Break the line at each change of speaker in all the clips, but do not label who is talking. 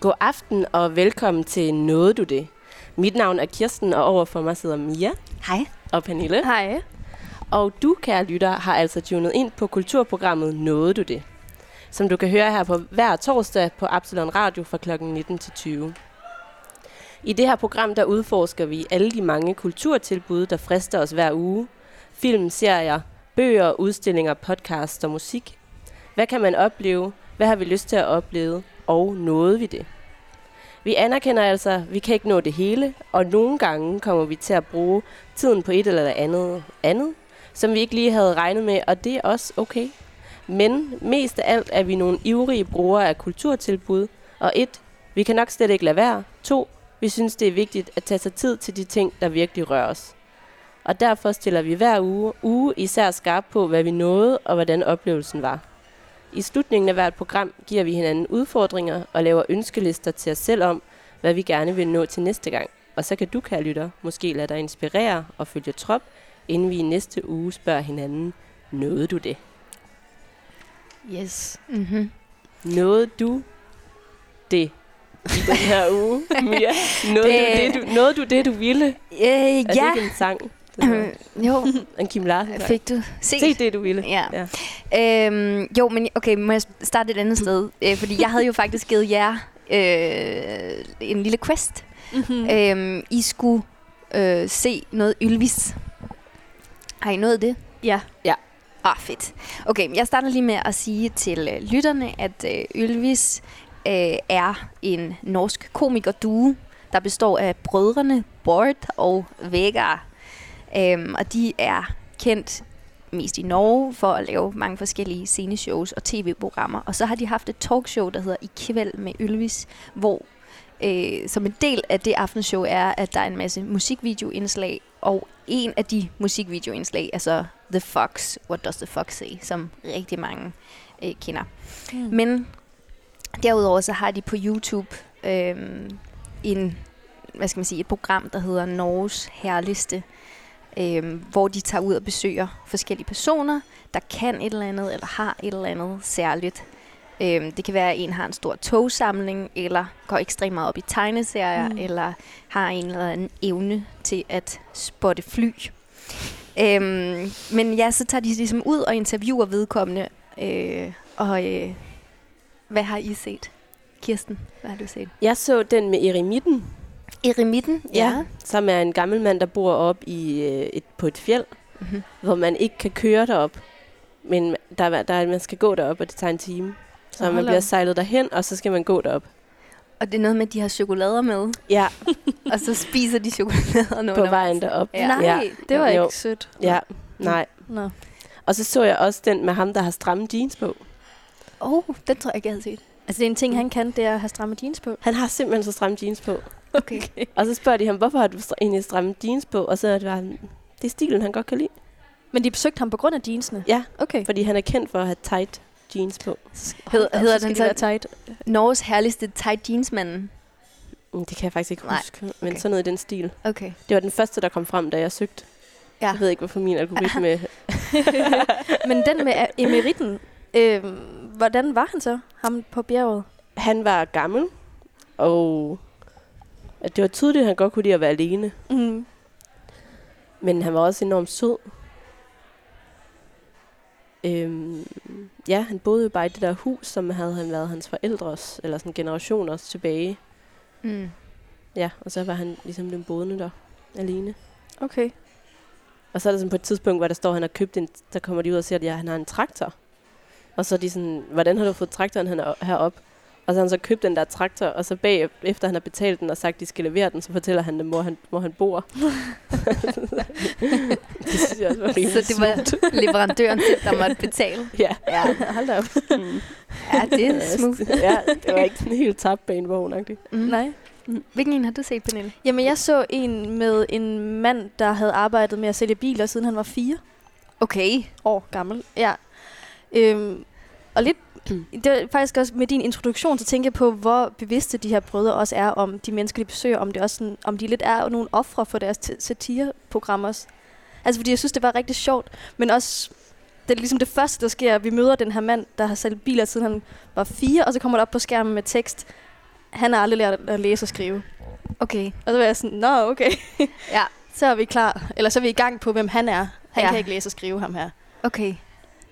God aften og velkommen til Nåede du det? Mit navn er Kirsten, og overfor mig sidder Mia
Hej.
og Pernille.
Hej.
Og du, kære lytter, har altså tunet ind på kulturprogrammet Nåede du det? Som du kan høre her på hver torsdag på Absalon Radio fra kl. 19 til 20. I det her program, der udforsker vi alle de mange kulturtilbud, der frister os hver uge. Film, serier, bøger, udstillinger, podcasts og musik. Hvad kan man opleve? Hvad har vi lyst til at opleve? Og nåede vi det? Vi anerkender altså, at vi kan ikke nå det hele, og nogle gange kommer vi til at bruge tiden på et eller andet, andet som vi ikke lige havde regnet med, og det er også okay. Men mest af alt er vi nogle ivrige brugere af kulturtilbud, og et, vi kan nok slet ikke lade være. To, vi synes, det er vigtigt at tage sig tid til de ting, der virkelig rører os. Og derfor stiller vi hver uge, uge især skarp på, hvad vi nåede og hvordan oplevelsen var. I slutningen af hvert program giver vi hinanden udfordringer og laver ønskelister til os selv om, hvad vi gerne vil nå til næste gang. Og så kan du, kære lytter, måske lade dig inspirere og følge trop, inden vi i næste uge spørger hinanden, nåede du det?
Yes.
Mm-hmm.
Nåede du det i den her uge, Mia? Nåede, det...
Det-
Du det, du, nåede du det, du ville?
Øh,
Er
ja. Øhm,
det ikke en sang? Den er-
jo,
En Kim Larsen sang.
fik du set?
Se det, du ville.
Ja.
Ja.
Øhm, jo, men okay, må jeg starte et andet sted? Øh, fordi jeg havde jo faktisk givet jer øh, en lille quest.
Mm-hmm.
Mhm.
Øh.
Øhm, I skulle øh, se noget Ylvis. Har I nået det?
Ja.
Ja.
Ah, fedt. Okay, men jeg starter lige med at sige til øh, lytterne, at øh, Ylvis øh, er en norsk komikerduo, der består af brødrene Bård og Vegard. Øhm, og de er kendt mest i Norge for at lave mange forskellige sceneshows og tv-programmer. Og så har de haft et talkshow, der hedder I kvæld med Ylvis, hvor øh, som en del af det aftenshow er, at der er en masse musikvideoindslag, og en af de musikvideoindslag er så The Fox, What Does The Fox Say, som rigtig mange øh, kender. Mm. Men derudover så har de på YouTube øh, en, hvad skal man sige, et program, der hedder Norges Herligste, øh, hvor de tager ud og besøger forskellige personer, der kan et eller andet, eller har et eller andet særligt. Øhm, det kan være, at en har en stor togsamling, eller går ekstremt meget op i tegneserier,
Mm.
mm. eller har en eller anden evne til at spotte fly. Øhm, men ja, så tager de ligesom ud og interviewer vedkommende. Øh, og øh, hvad har I set? Kirsten, hvad har du set?
Jeg så den med Eremitten,
Eremitten, ja.
som er en gammel mand, der bor op i øh, et, på et fjeld,
Mhm.
hvor man ikke kan køre derop, men der, der, man skal gå derop, og det tager en time. Så
Nå,
man
hold
bliver
op.
sejlet derhen, og så skal man gå derop.
Og det er noget med, at de har chokolader med,
Ja,
og så spiser de chokoladerne
på
undervejs.
vejen derop.
Ja.
Nej,
Ja.
det var
Jo.
ikke sødt.
Ja, Nej.
Nå.
Og så så jeg også den med ham, der har stramme jeans på.
Oh, den tror jeg ikke, jeg havde set.
Altså, det er en ting, han kan, det er at have stramme jeans på.
Han har simpelthen så stramme jeans på.
Okay.
Og så spørger de ham, hvorfor har du stra- egentlig stramme jeans på? Og så er det bare, det er stilen, han godt kan lide.
Men de besøgte ham på grund af jeansene?
Ja.
Okay.
Fordi han er kendt for at have tight jeans på.
Hed- hedder den så-
så? Tight.
Norges herligste tight jeansmanden.
Mm, Det kan jeg faktisk ikke
Nej,
huske, men
okay.
sådan noget i den stil.
Okay.
Det var den første, der kom frem, da jeg søgte.
Ja.
Jeg ved ikke, hvorfor min algoritme...
Men den med a- emeritten, øh, hvordan var han så, ham på bjerget?
han var gammel, og at det var tydeligt, at han godt kunne lide at være alene.
Mm.
Men han var også enormt sød. Øhm, ja, han boede jo bare i det der hus, som havde han været hans forældres, eller sådan generationers tilbage.
Mm.
Ja, og så var han ligesom den boende der alene.
Okay.
Og så er der sådan på et tidspunkt, hvor der står, at han har købt en, der kommer de ud og siger, at ja, han har en traktor. Og så er de sådan, hvordan har du fået traktoren han er herop? Og så har han så købt den der traktor, og så bag, efter han har betalt den og sagt, at de skal levere den, så fortæller han dem, hvor han, hvor han bor. det synes jeg også var
Så
rimelig
det var leverandøren, selv, der måtte betale.
smukt. Ja.
Ja,
Hold da op.
Mm.
ja det er smooth.
ja, det var ikke sådan helt tabt banevognagtigt.
Mm.
Nej.
Hvilken en har du set, Pernille?
Jamen, jeg så en med en mand, der havde arbejdet med at sælge biler, siden han var fire
Okay.
år gammel. Ja. Øhm, og lidt,
Mm.
det var faktisk også med din introduktion, så tænker jeg på, hvor bevidste de her brødre også er om de mennesker, de besøger, om, det også sådan, om de lidt er nogle ofre for deres t- satireprogrammer. også. Altså, fordi jeg synes, det var rigtig sjovt, men også, det er ligesom det første, der sker. Vi møder den her mand, der har sælgt biler, siden han var fire, og så kommer der op på skærmen med tekst. Han har aldrig lært at læse og skrive.
Okay.
Og så var jeg sådan, nå okay,
Ja,
så er vi klar. Eller så er vi i gang på, hvem han er.
Ja.
Han ja. kan ikke læse og skrive ham her.
okay.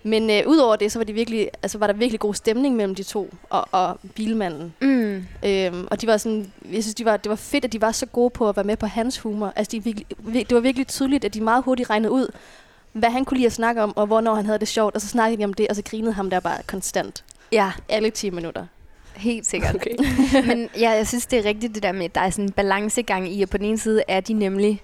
Men øh, udover det, så var, de virkelig, altså, var der virkelig god stemning mellem de to og, og bilmanden.
Mm.
Øhm, og de var sådan, jeg synes, de var, det var fedt, at de var så gode på at være med på hans humor. Altså, de virkelig, vir, det var virkelig tydeligt, at de meget hurtigt regnede ud, hvad han kunne lide at snakke om, og hvornår han havde det sjovt. Og så snakkede de om det, og så grinede ham der bare konstant.
Ja,
Alle 10 minutter.
helt sikkert.
Okay.
Men ja, jeg synes, det er rigtigt det der med, at der er sådan en balancegang i, at på den ene side er de nemlig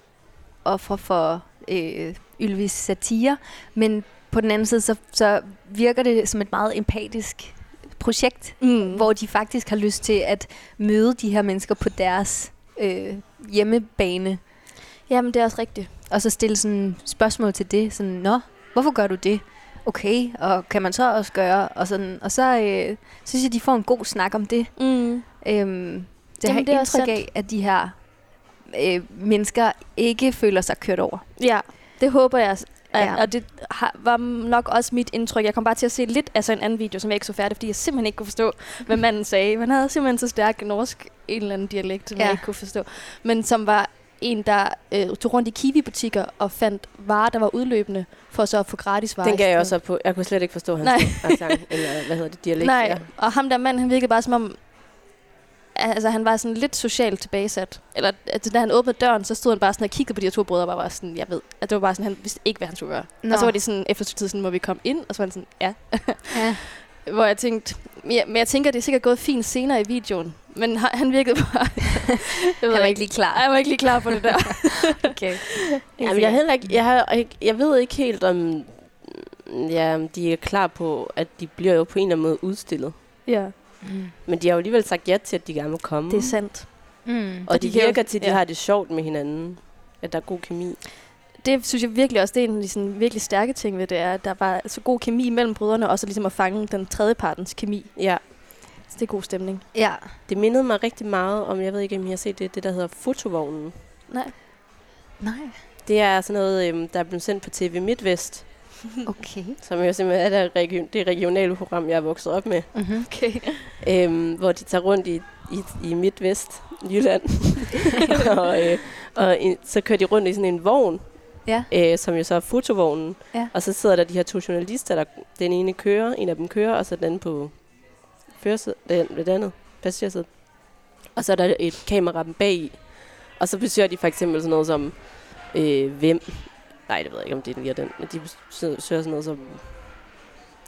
ofre for øh, Ylvis satire, men på den anden side, så, så virker det som et meget empatisk projekt,
Mm.
hvor de faktisk har lyst til at møde de her mennesker på deres øh, hjemmebane,
Jamen, det er også rigtigt.
og så stille sådan spørgsmål til det, sådan, nå, hvorfor gør du det? Okay, og kan man så også gøre? Og, sådan, og så øh, synes jeg, de får en god snak om det.
Mm.
Øhm, det Jamen, har
Jamen,
jeg
det er også
indtryk af, at de her øh, mennesker ikke føler sig kørt over.
Ja, det håber jeg. At,
Ja.
ja. Og det har, var nok også mit indtryk. Jeg kom bare til at se lidt af så en anden video, som jeg ikke så færdig, fordi jeg simpelthen ikke kunne forstå, hvad manden sagde. Man havde simpelthen så stærk norsk en eller anden dialekt, som ja.
Ja.
jeg ikke kunne forstå. Men som var en, der øh, tog rundt i Kiwi-butikker og fandt varer, der var udløbende, for så at få gratis varer.
Den
i
gav jeg
stedet.
også op på. Jeg kunne slet ikke forstå hans
Nej.
accent, eller hvad hedder det, dialekt.
Nej,
Ja.
og ham der mand, han virkede bare som om, altså han var sådan lidt socialt tilbagesat. Eller altså, da han åbnede døren, så stod han bare sådan og kiggede på de her to brødre, og bare var sådan, jeg ved, at det var bare sådan, han vidste ikke, hvad han skulle gøre.
Nå.
Og så var de sådan, efter et stykke tid, sådan, må vi komme ind? Og så var han sådan, ja.
Ja.
Hvor jeg tænkte, men jeg, men jeg tænker, det er sikkert gået fint senere i videoen. Men han, han virkede bare... jeg
Han var ikke lige
Ej,
klar.
jeg var ikke lige klar på det der.
Okay.
Jamen, jeg, er heller ikke, jeg, har, ikke- jeg ved ikke helt, om, ja, om de er klar på, at de bliver jo på en eller anden måde udstillet.
ja,
Mm.
Men de har jo alligevel sagt ja til, at de gerne må komme.
det er sandt.
Mm.
og
og
de,
de kan jo-
virker til, at de
ja.
har det sjovt med hinanden. At der er god kemi.
Det synes jeg virkelig også, det er en af de sådan, virkelig stærke ting ved det, er, at der var så god kemi mellem brødrene, og så ligesom at fange den tredje partens kemi.
Ja,
Så det er god stemning.
Ja.
det mindede mig rigtig meget om, jeg ved ikke, om I har set det, det der hedder Fotovognen.
Nej.
Nej.
Det er sådan noget, øhm, der er blevet sendt på TV MidtVest,
Okay.
som jo simpelthen er det, region, det regionale program, jeg er vokset op med.
Mm-hmm.
Okay.
øhm, hvor de tager rundt i, i, i midtvest Jylland. og øh, og i, så kører de rundt i sådan en vogn,
Ja.
øh, som jo så er fotovognen.
Ja.
Og så sidder der de her to journalister, der den ene kører, en af dem kører, og så den anden på førersædet, den, den andet passagersædet. Og så er der et kamera dem bagi. Og så besøger de for eksempel sådan noget som, øh, hvem, nej, det ved jeg ikke, om det lige er den, men de besøger sådan noget som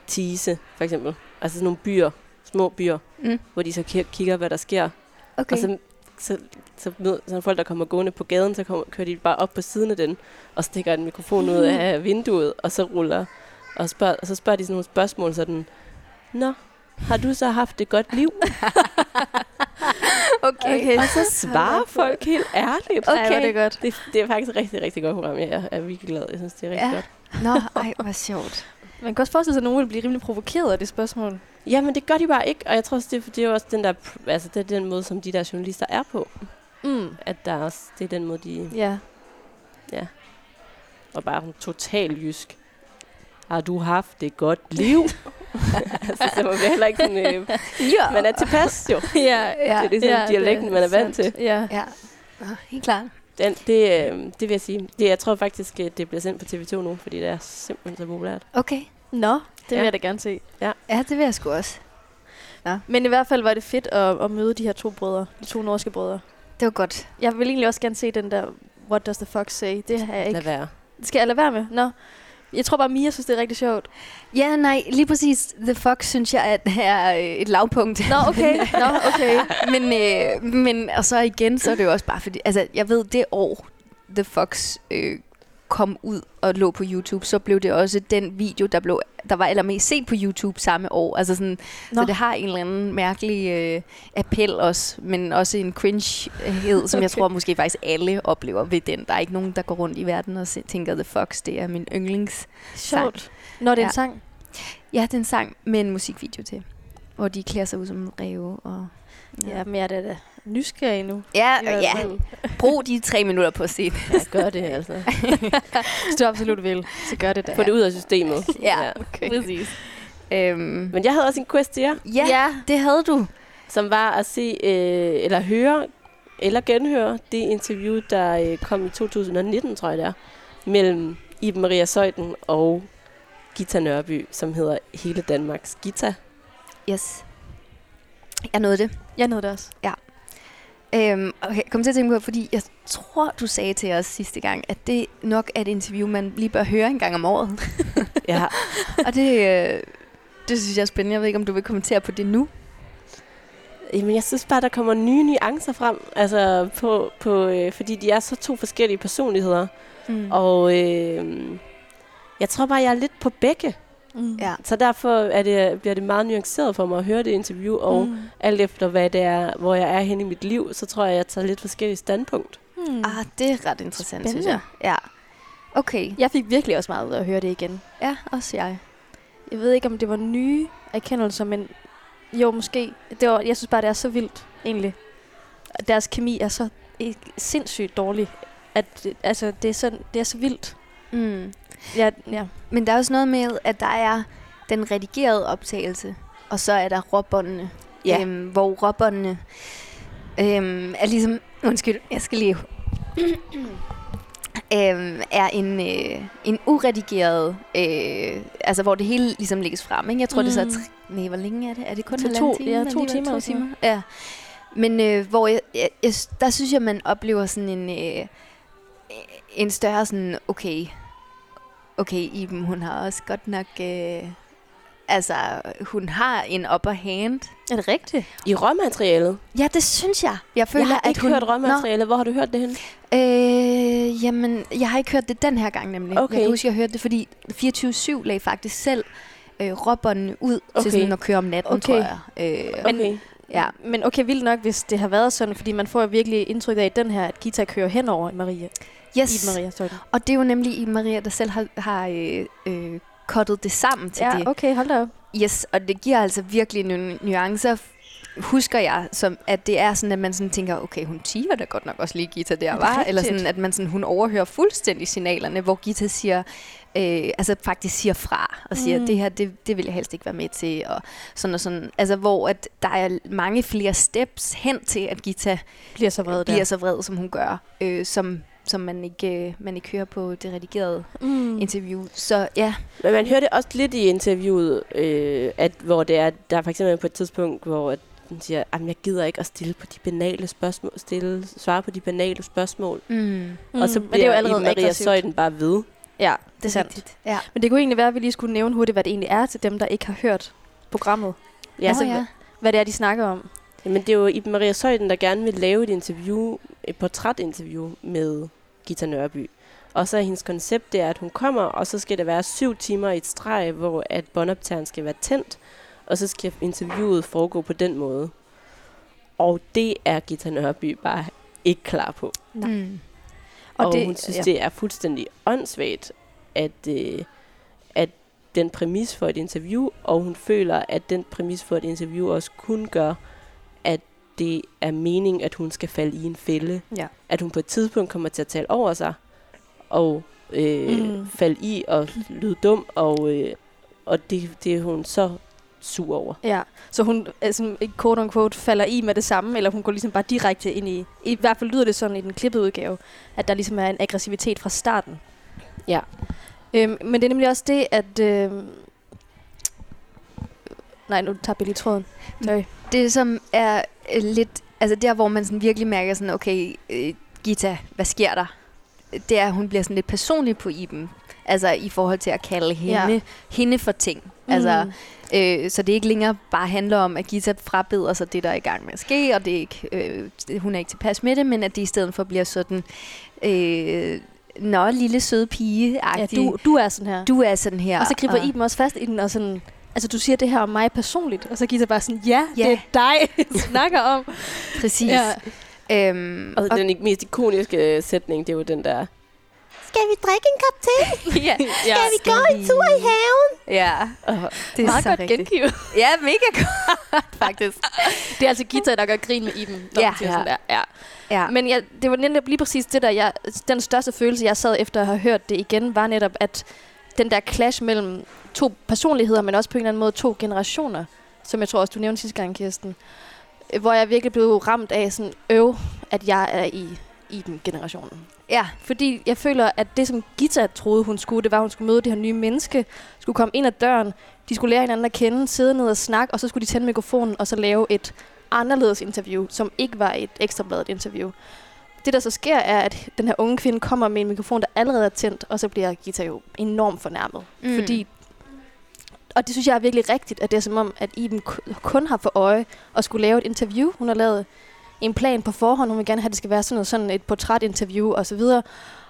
Tise, for eksempel. Altså sådan nogle byer, små byer
Mm.
hvor de så ki- kigger, hvad der sker. Okay.
Okay.
Og så så, så, mød, så er der folk, der kommer gående på gaden, så kommer, kører de bare op på siden af den, og stikker en mikrofon ud af vinduet, og så ruller, og, spørg, og så spørger de sådan nogle spørgsmål, sådan, Nå, har du så haft et godt liv?
Okay. okay.
Og så svarer folk helt ærligt.
Okay. Ej, hvor er det godt.
Det, det er faktisk et rigtig, rigtig godt program. Jeg er virkelig glad. Jeg synes, det er rigtig
Ja.
ja. godt.
Nå, ej, hvor sjovt.
Man kan også forestille sig, at nogen vil blive rimelig provokeret af det spørgsmål.
Jamen, det gør de bare ikke. Og jeg tror også, det, er, fordi det er jo også den der, pr- altså, det er den måde, som de der journalister er på.
Mm.
At der er også, det er den måde, de
Ja.
var bare sådan total jysk. Har du haft et godt liv? altså, så var vi heller ikke sådan, øh,
Ja.
man er tilpas jo.
ja.
ja.
Det er ligesom ja, dialekten, man er vant til.
Ja.
ja. Nå, helt klart.
Den, det, øh, det vil jeg sige. Det, jeg tror faktisk, øh, det bliver sendt på TV2 nu, fordi det er simpelthen så populært.
Okay.
Nå, det vil
Ja.
jeg da gerne se.
Ja, det vil jeg sgu også.
Men i hvert fald var det fedt at, at møde de her to brødre, de to norske brødre.
Det var godt.
Jeg vil egentlig også gerne se den der What Does the Fox Say. Det har jeg
Lad
ikke.
være.
Det skal jeg lade være med? Nå. Jeg tror bare, Mia synes, det er rigtig sjovt.
Ja, nej, lige præcis. The Fox synes jeg at er øh, et lavpunkt.
Nå, okay. Nå, okay.
men, øh, men, og så igen, så er det jo også bare fordi, altså jeg ved, det år The Fox øh, kom ud og lå på YouTube, så blev det også den video, der, blev, der var allermest set på YouTube samme år. Altså sådan,
Nå.
så det har en eller anden mærkelig øh, appel også, men også en cringehed, som okay. jeg tror måske faktisk alle oplever ved den. Der er ikke nogen, der går rundt i verden og se- tænker, The Fox, det er min yndlings.
Sjovt. Når det er en
Ja.
sang.
Ja, det er en sang med en musikvideo til, hvor de klæder sig ud som en ræve. Og,
Ja, men jeg er da- da nysgerrig nu.
Ja,
I hvert
ja.
fald.
Brug de tre minutter på at se
Ja, gør det altså.
Hvis du absolut vil, så gør det da.
Få det ud af systemet.
Ja.
Okay. Præcis.
Øhm,
Men jeg havde også en quest til jer,
ja, ja, det havde du.
som var at se, øh, eller høre, eller genhøre det interview, der øh, kom i 2019, tror jeg det er, mellem Iben Maria Søjden og Gita Nørby, som hedder Hele Danmarks Gita.
Yes. Jeg nåede det.
Jeg nåede det også.
Øhm, okay, kom til at tænke på, fordi jeg tror, du sagde til os sidste gang, at det nok er et interview, man lige bør høre en gang om året.
Ja,
Og det, øh, det synes jeg er spændende. Jeg ved ikke, om du vil kommentere på det nu.
Jamen, jeg synes bare, der kommer nye nuancer frem, altså på, på, øh, fordi de er så to forskellige personligheder.
Mm.
Og øh, jeg tror bare, jeg er lidt på begge.
Mm.
Ja.
Så derfor er det, bliver det meget nuanceret for mig at høre det interview, og
Mm.
alt efter hvad det er, hvor jeg er henne i mit liv, så tror jeg, jeg tager lidt forskellige standpunkt.
Mm. Ah,
Ah, det er ret interessant, synes
Spændende.
jeg. Ja. Okay.
jeg fik virkelig også meget ud af at høre det igen.
Ja, også jeg.
Jeg ved ikke, om det var nye erkendelser, men jo, måske. Det var, jeg synes bare, det er så vildt, egentlig. Og Deres kemi er så eh, sindssygt dårlig. At, det- altså, det er, sådan, det er så vildt.
Mm.
Ja, ja.
Men der er også noget med, at der er den redigerede optagelse, og så er der råbåndene,
Ja.
øhm, hvor råbåndene øhm, er ligesom... Undskyld, jeg skal lige... øhm, er en, øh, en uredigeret... Øh, altså, hvor det hele ligesom lægges frem. Ikke? Jeg tror, mm. det er
Mm.
så... Tre, nej, hvor længe er det? Er det kun
Så
halvanden
to-
time?
ja, to
alligevel?
timer
To
eller sådan
timer. Ja. Men øh, hvor jeg, jeg, jeg, der synes jeg, man oplever sådan en... Øh, en større sådan, okay, okay, Iben, hun har også godt nok, øh, altså, hun har en upper hand.
Er det rigtigt?
I råmaterialet.
Ja, det synes jeg. Jeg føler,
Jeg har
at
ikke
hun...
hørt råmaterialet. Hvor har du hørt det henne?
Nå, øh, jamen, jeg har ikke hørt det den her gang nemlig.
Okay.
Jeg kan huske, jeg hørte det, fordi 24-7 lagde faktisk selv øh, robberne ud okay.
Okay.
til sådan at køre om natten,
Okay.
okay. tror jeg. Øh,
Okay.
Men-
Men,
ja.
Men okay, vildt nok, hvis det har været sådan, fordi man får jo virkelig indtryk af, at den her, at Gita kører henover Maria.
Yes.
Yes. Maria Søjden.
Og det er jo nemlig Iben Maria, der selv har, har øh, øh, kottet det sammen til det.
Ja, okay, hold da op.
Yes, og det giver altså virkelig nogle nuancer, husker jeg, som, at det er sådan, at man sådan tænker, okay, hun tiger da godt nok også lige Gita der,
det
var Eller
rigtigt?
sådan, at man sådan, hun overhører fuldstændig signalerne, hvor Gita siger, øh, altså faktisk siger fra, og siger,
Mm.
mm. det her, det, det vil jeg helst ikke være med til, og sådan og sådan. Altså, hvor at der er mange flere steps hen til, at Gita
Bliver så vred der.
bliver så vred, som hun gør, øh, som, som man ikke, øh, man ikke hører på det redigerede
Mm.
interview. Så ja,
men man hører det også lidt i interviewet, øh, at, hvor det er, der er for eksempel på et tidspunkt, hvor at hun siger, at jeg gider ikke at stille på de banale spørgsmål, stille, svare på de banale spørgsmål.
mm,
Mm, og så
men det er jo
bliver Iben
allerede
Maria
aggressivt.
Søjden bare ved.
Ja, det er sandt.
rigtigt. Ja.
Men det kunne egentlig være, at vi lige skulle nævne hurtigt, hvad det egentlig er til dem, der ikke har hørt programmet.
Ja,
Nå,
så,
hvad det er, de snakker om.
Jamen, det er jo Iben Maria Søjden, der gerne vil lave et interview, et portrætinterview med Gita Nørby. Og så er hendes koncept, det er, at hun kommer, og så skal der være syv timer i et streg, hvor at båndoptageren skal være tændt, og så skal interviewet foregå på den måde. Og det er Gita Nørby bare ikke klar på.
Nej.
Mm.
Og, og det, hun synes, ja. det er fuldstændig åndssvagt, at, øh, at den præmis for et interview, og hun føler, at den præmis for et interview også kun gør, at det er mening, at hun skal falde i en fælde.
Ja.
At hun på et tidspunkt kommer til at tale over sig, og øh,
Mm.
mm. falde i og lyde dum, og, øh, og det, det er hun så sur over.
Ja, så hun altså, quote unquote falder i med det samme, eller hun går ligesom bare direkte ind i, i hvert fald lyder det sådan i den klippede udgave, at der ligesom er en aggressivitet fra starten.
Ja.
Øhm, men det er nemlig også det, at... Øhm, nej, nu tager jeg lige tråden. Sorry.
Det, som er øh, lidt... Altså der, hvor man sådan virkelig mærker sådan, okay, øh, Gita, hvad sker der? Det er, at hun bliver sådan lidt personlig på Iben. Altså i forhold til at kalde hende,
Ja.
ja. hende for ting. Mm. Altså, øh, så det ikke længere bare handler om, at Gita frabeder sig det, der er i gang med at ske, og det er ikke, øh, det- hun er ikke tilpas med det, men at det i stedet for bliver sådan... Øh, Nå, lille søde pige
ja, du, du er sådan her.
du er sådan her.
Og så griber Iben også fast i den, og sådan, altså du siger det her om mig personligt, og så giver bare sådan, ja,
Ja.
det er dig, jeg snakker om.
Præcis.
Ja.
Ja. Øhm,
Og, og den ik- mest ikoniske øh, sætning, det er jo den der...
skal vi drikke en kop te? ja.
Ja,
vi gå en tur i haven? Ja,
og,
det er
Meget
så
godt
rigtigt.
gengivet.
Ja, mega godt, faktisk.
Det er altså Gita, der gør grin med Iben, når
Ja.
ja, siger sådan der. Ja.
Ja.
Men jeg, det var netop lige præcis det der, jeg, den største følelse, jeg sad efter at have hørt det igen, var netop, at den der clash mellem to personligheder, men også på en eller anden måde to generationer, som jeg tror også, du nævnte sidste gang, Kirsten, øh, hvor jeg virkelig blev ramt af sådan, øv, at jeg er i, i den generationen.
ja.
Fordi jeg føler, at det, som Gita troede, hun skulle, det var, at hun skulle møde det her nye menneske, skulle komme ind ad døren, de skulle lære hinanden at kende, sidde ned og snakke, og så skulle de tænde mikrofonen og så lave et anderledes interview, som ikke var et ekstrabladet interview. Det, der så sker, er, at den her unge kvinde kommer med en mikrofon, der allerede er tændt, og så bliver Gita jo enormt fornærmet.
Mm.
Mm. Fordi og det synes jeg er virkelig rigtigt, at det er som om, at Iben ku- kun har for øje at skulle lave et interview. Hun har lavet en plan på forhånd. Hun vil gerne have, at det skal være sådan, noget, sådan et portrætinterview osv. Og, så videre.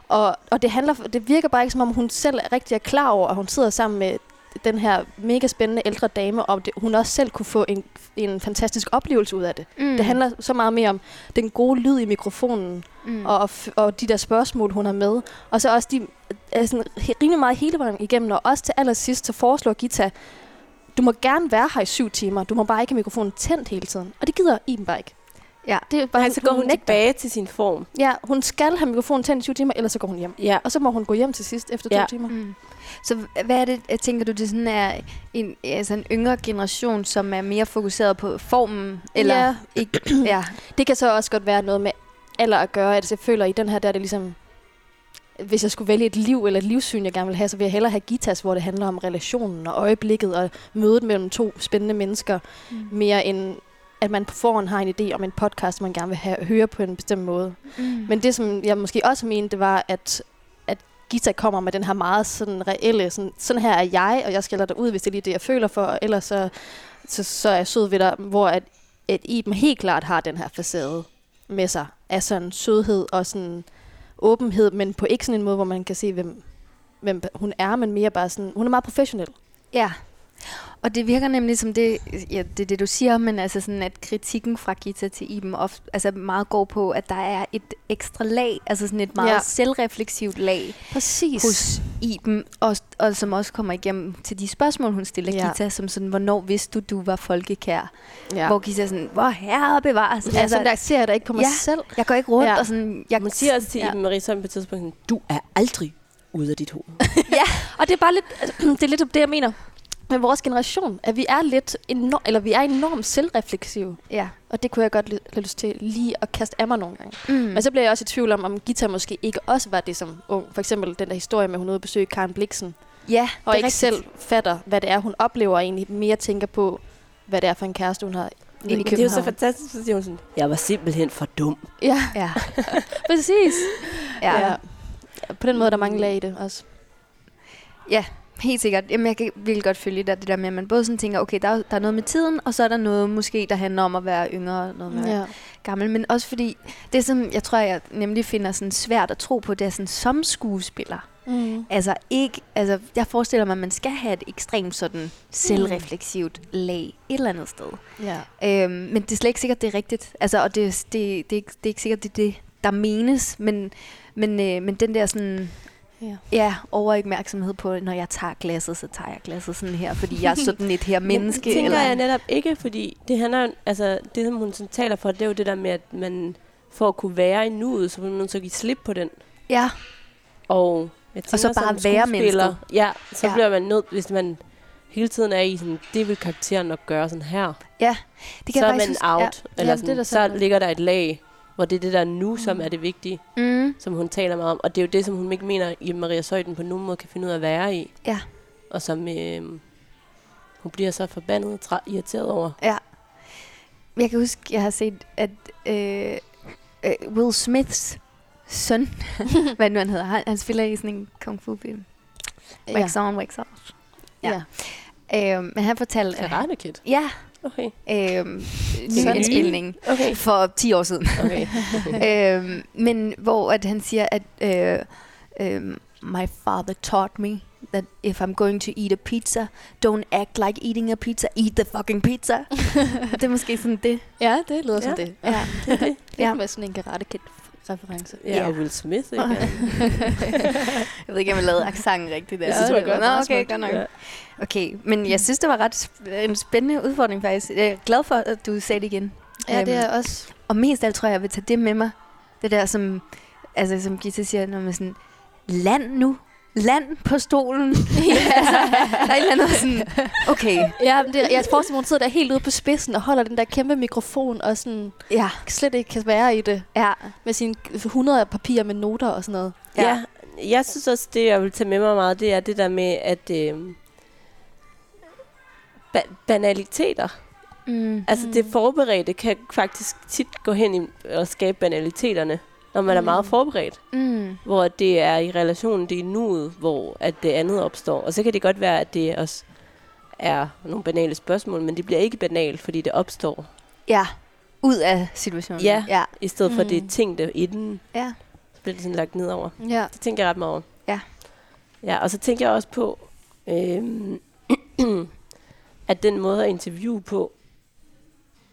og, og det, handler, det virker bare ikke, som om hun selv er rigtig er klar over, at hun sidder sammen med den her mega spændende ældre dame, og det, hun også selv kunne få en, en fantastisk oplevelse ud af det.
Mm.
Mm. Det handler så meget mere om den gode lyd i mikrofonen,
Mm.
og, f- og de der spørgsmål, hun har med. Og så også de, er sådan, he- rimelig meget hele vejen igennem, og også til allersidst, så foreslår Gita, du må gerne være her i syv timer, du må bare ikke have mikrofonen tændt hele tiden. Og det gider Iben bare ikke.
Ja.
det er bare,
og så går hun
nægter.
tilbage til sin form.
Ja, hun skal have mikrofonen tændt i syv timer, ellers så går hun hjem.
Ja,
Og så må hun gå hjem til sidst efter to
Ja.
timer.
Mm. Så h- hvad er det, jeg tænker du, det sådan er en, altså en yngre generation, som er mere fokuseret på formen? Eller
Ja.
ikke? Ja.
Det kan så også godt være noget med alder at gøre, at jeg føler i den her, der er det ligesom, hvis jeg skulle vælge et liv eller et livssyn, jeg gerne vil have, så vil jeg hellere have Gitas, hvor det handler om relationen og øjeblikket og mødet mellem to spændende mennesker,
Mm.
mere end at man på forhånd har en idé om en podcast, man gerne vil have, høre på en bestemt måde.
Mm.
Men det, som jeg måske også mente, det var, at, at Gita kommer med den her meget sådan reelle, sådan, sådan her er jeg, og jeg skælder dig ud, hvis det er lige det, jeg føler for, og ellers så, så, så er jeg sød ved dig, hvor at, at Iben helt klart har den her facade med sig, af sådan sødhed og sådan åbenhed, men på ikke sådan en måde, hvor man kan se, hvem, hvem hun er, men mere bare sådan, hun er meget professionel.
Ja, og det virker nemlig som det, ja, det, er det du siger, men altså sådan, at kritikken fra Gita til Iben ofte, altså meget går på, at der er et ekstra lag, altså sådan et meget ja.
Ja.
selvrefleksivt lag
Præcis.
hos Iben, og, og som også kommer igennem til de spørgsmål, hun stiller ja.
Ja.
Gita, som sådan, hvornår vidste du, du var folkekær? Ja.
ja.
Hvor Gita er sådan, hvor herre bevares,
ja, altså, sådan der ser jeg da ikke på mig
Ja.
ja. selv.
jeg går ikke rundt, ja.
Ja.
og sådan, jeg
Hun siger også til
Ja.
Iben Marie Sørensen på et tidspunkt, sådan, du er aldrig ude af dit hoved.
Og det er bare lidt, det er lidt det, jeg mener med vores generation, at vi er lidt enorm, eller vi er enormt selvrefleksive.
ja.
Og det kunne jeg godt li- have lyst til lige at kaste af mig nogle gange.
Mm.
Mm. Men så bliver jeg også i tvivl om, om Gita måske ikke også var det som ung. For eksempel den der historie med, at hun er ude at besøge Karen Bliksen.
ja, det er
Og ikke
rigtigt.
selv fatter, hvad det er, hun oplever, og egentlig mere tænker på, hvad det er for en kæreste, hun har inde i
Men det er jo så
København.
fantastisk, så siger hun sådan, jeg var simpelthen for dum.
Ja,
Ja.
præcis.
Ja. ja.
Ja. På den måde, der er mange lag i det også.
Helt sikkert. Jamen, jeg kan virkelig godt følge det, det der med, at man både sådan tænker, okay, der, er- der er noget med tiden, og så er der noget måske, der handler om at være yngre og noget med at
Ja.
gammel, men også fordi det, som jeg tror, jeg nemlig finder sådan svært at tro på, det er sådan som skuespiller.
Mm.
Altså ikke, altså jeg forestiller mig, at man skal have et ekstremt sådan selvrefleksivt lag et eller andet sted.
ja.
Øhm, men det er slet ikke sikkert, det er rigtigt. Altså, og det, det, det, er, ikke, det er ikke sikkert, det er det, der menes, men, men, øh, men den der sådan,
Ja.
ja, overopmærksomhed på, når jeg tager glasset, så tager jeg glasset sådan her, fordi jeg er sådan et her menneske.
Det tænker
eller,
eller? jeg netop ikke, fordi det handler jo- altså det, som hun sådan taler for, det er jo det der med, at man for at kunne være i nuet, så bliver man nødt til at give slip på den.
Ja,
Og, jeg tænker,
så bare
som
være
skuespiller-
mennesket.
Ja, så
Ja.
ja. bliver man nødt, hvis man hele tiden er i sådan, det vil karakteren nok gøre sådan her.
det kan
så
jeg
er
faktisk
man
huske.
out.
Ja.
Ja. Eller
Jamen,
sådan,
det er der
det så
simpelthen.
ligger der et lag, hvor det er det der nu, mm. som er det vigtige,
Mm.
som hun taler meget om. Og det er jo det, som hun ikke mener, i Maria Søjden på nogen måde kan finde ud af at være i.
Ja.
Og som øh, hun bliver så forbandet og tra- irriteret over.
Ja. Jeg kan huske, jeg har set, at øh, øh, Will Smiths søn, hvad nu han hedder, han, han spiller i sådan en kung fu film.
ja.
Wax on, wax off. Ja. Øh, men han fortalte... at-
Karate Kid.
Ja,
Okay.
øh,
er
ny
nye.
indspilning
Okay.
for 10 år siden.
Okay.
øh, men hvor at han siger, at øh, øh, my father taught me that if I'm going to eat a pizza, don't act like eating a pizza, eat the fucking pizza. det er måske sådan det.
ja, det lyder ja. som
Ja.
det.
Ja.
Det
Ja.
ja. kan være sådan en karate kid reference.
Ja,
Ja.
og Will Smith, ikke?
Jeg ved ikke, om jeg lavede accenten rigtigt der.
Jeg synes, det var godt.
Nå,
Meget
okay,
smukt.
godt nok.
Ja.
Okay, men jeg synes, det var ret sp- en spændende udfordring faktisk. Jeg er glad for, at du sagde det igen.
Ja, det
Øhm,
er også...
Og mest af alt tror jeg, jeg vil tage det med mig. Det der, som, altså, som Gita siger, når man sådan, land nu. Land på stolen. altså, der er et eller andet sådan, okay,
Ja, men det, jeg forestiller mig, at hun sidder der helt ude på spidsen og holder den der kæmpe mikrofon og sådan
ja,
slet ikke kan være i det
ja,
med sine 100 af papirer med noter og sådan noget.
Ja.
Ja. ja, jeg synes også, det jeg vil tage med mig meget, det er det der med, at øh, ba- banaliteter,
mm,
altså det forberedte, kan faktisk tit gå hen i, og skabe banaliteterne, når man mm. er meget forberedt.
mm,
Hvor det er i relationen, det er i nuet, hvor at det andet opstår. Og så kan det godt være, at det også er nogle banale spørgsmål, men det bliver ikke banalt, fordi det opstår.
ja, ud af situationen.
Ja.
ja,
I stedet for, at det
Mm.
er ting, der inden,
ja.
så bliver det sådan lagt ned over.
Ja.
Det tænker jeg ret meget over.
Ja.
Ja, og så tænker jeg også på, øhm, at den måde at interviewe på,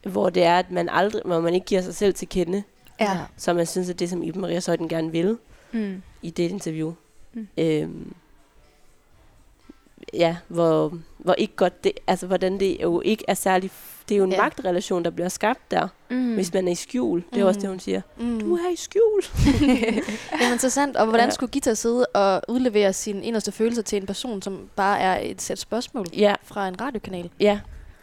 hvor det er, at man aldrig, hvor man ikke giver sig selv til kende,
ja.
så man synes, at det, som Iben Maria Søjden gerne vil
Mm,
i det interview.
Mm.
Mm. Øhm, ja, hvor, hvor ikke godt det, altså hvordan det jo ikke er særlig, det er jo en
Ja.
ja. magtrelation, der bliver skabt der, mm.
mm.
hvis man er i skjul. Det er mm. også det, hun siger.
Mm.
Du er i skjul.
Det er interessant. Og hvordan
Ja.
skulle Gita sidde og udlevere sine inderste følelser til en person, som bare er et sæt spørgsmål
Ja,
fra en radiokanal?
ja.
ja.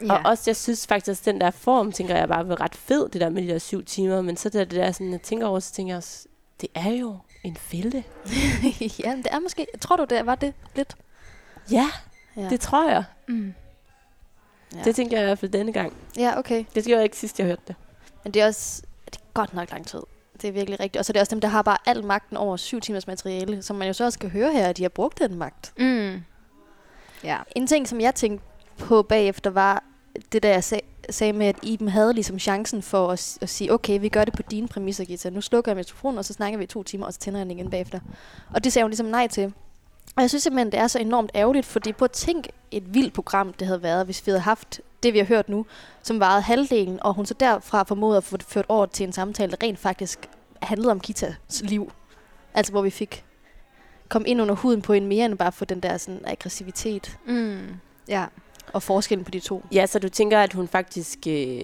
Ja. Og også, jeg synes faktisk, den der form, tænker jeg bare, var ret fed, det der med de der syv timer. Men så der det der, sådan, jeg tænker over, så tænker jeg også, det er jo en fælde.
ja, men det er måske... Tror du, det var det lidt?
Ja,
Ja.
ja. det tror jeg.
mm.
Ja.
Ja. Det tænker jeg i hvert fald denne gang.
Ja, okay.
Det gjorde jeg ikke sidst, jeg hørte det.
Men det er også det er godt nok lang tid. Det er virkelig rigtigt. Og så er det også dem, der har bare al magten over syv timers materiale, som man jo så også kan høre her, at de har brugt den magt.
Mm. Ja.
En ting, som jeg tænkte på bagefter, var det der, jeg sag, sagde med, at Iben havde ligesom chancen for at, s- at sige, okay, vi gør det på dine præmisser, Gita. Nu slukker jeg mikrofonen, og så snakker vi i to timer, og så tænder jeg den igen bagefter. Og det sagde hun ligesom nej til. Og jeg synes simpelthen, det er så enormt ærgerligt, fordi på at tænke et vildt program, det havde været, hvis vi havde haft det, vi har hørt nu, som varede halvdelen, og hun så derfra formåede at få det ført over til en samtale, der rent faktisk handlede om Kitas liv. Altså, hvor vi fik kom ind under huden på en mere end bare for den der sådan, aggressivitet
Mm. Ja.
og forskellen på de to.
Ja, så du tænker, at hun faktisk øh,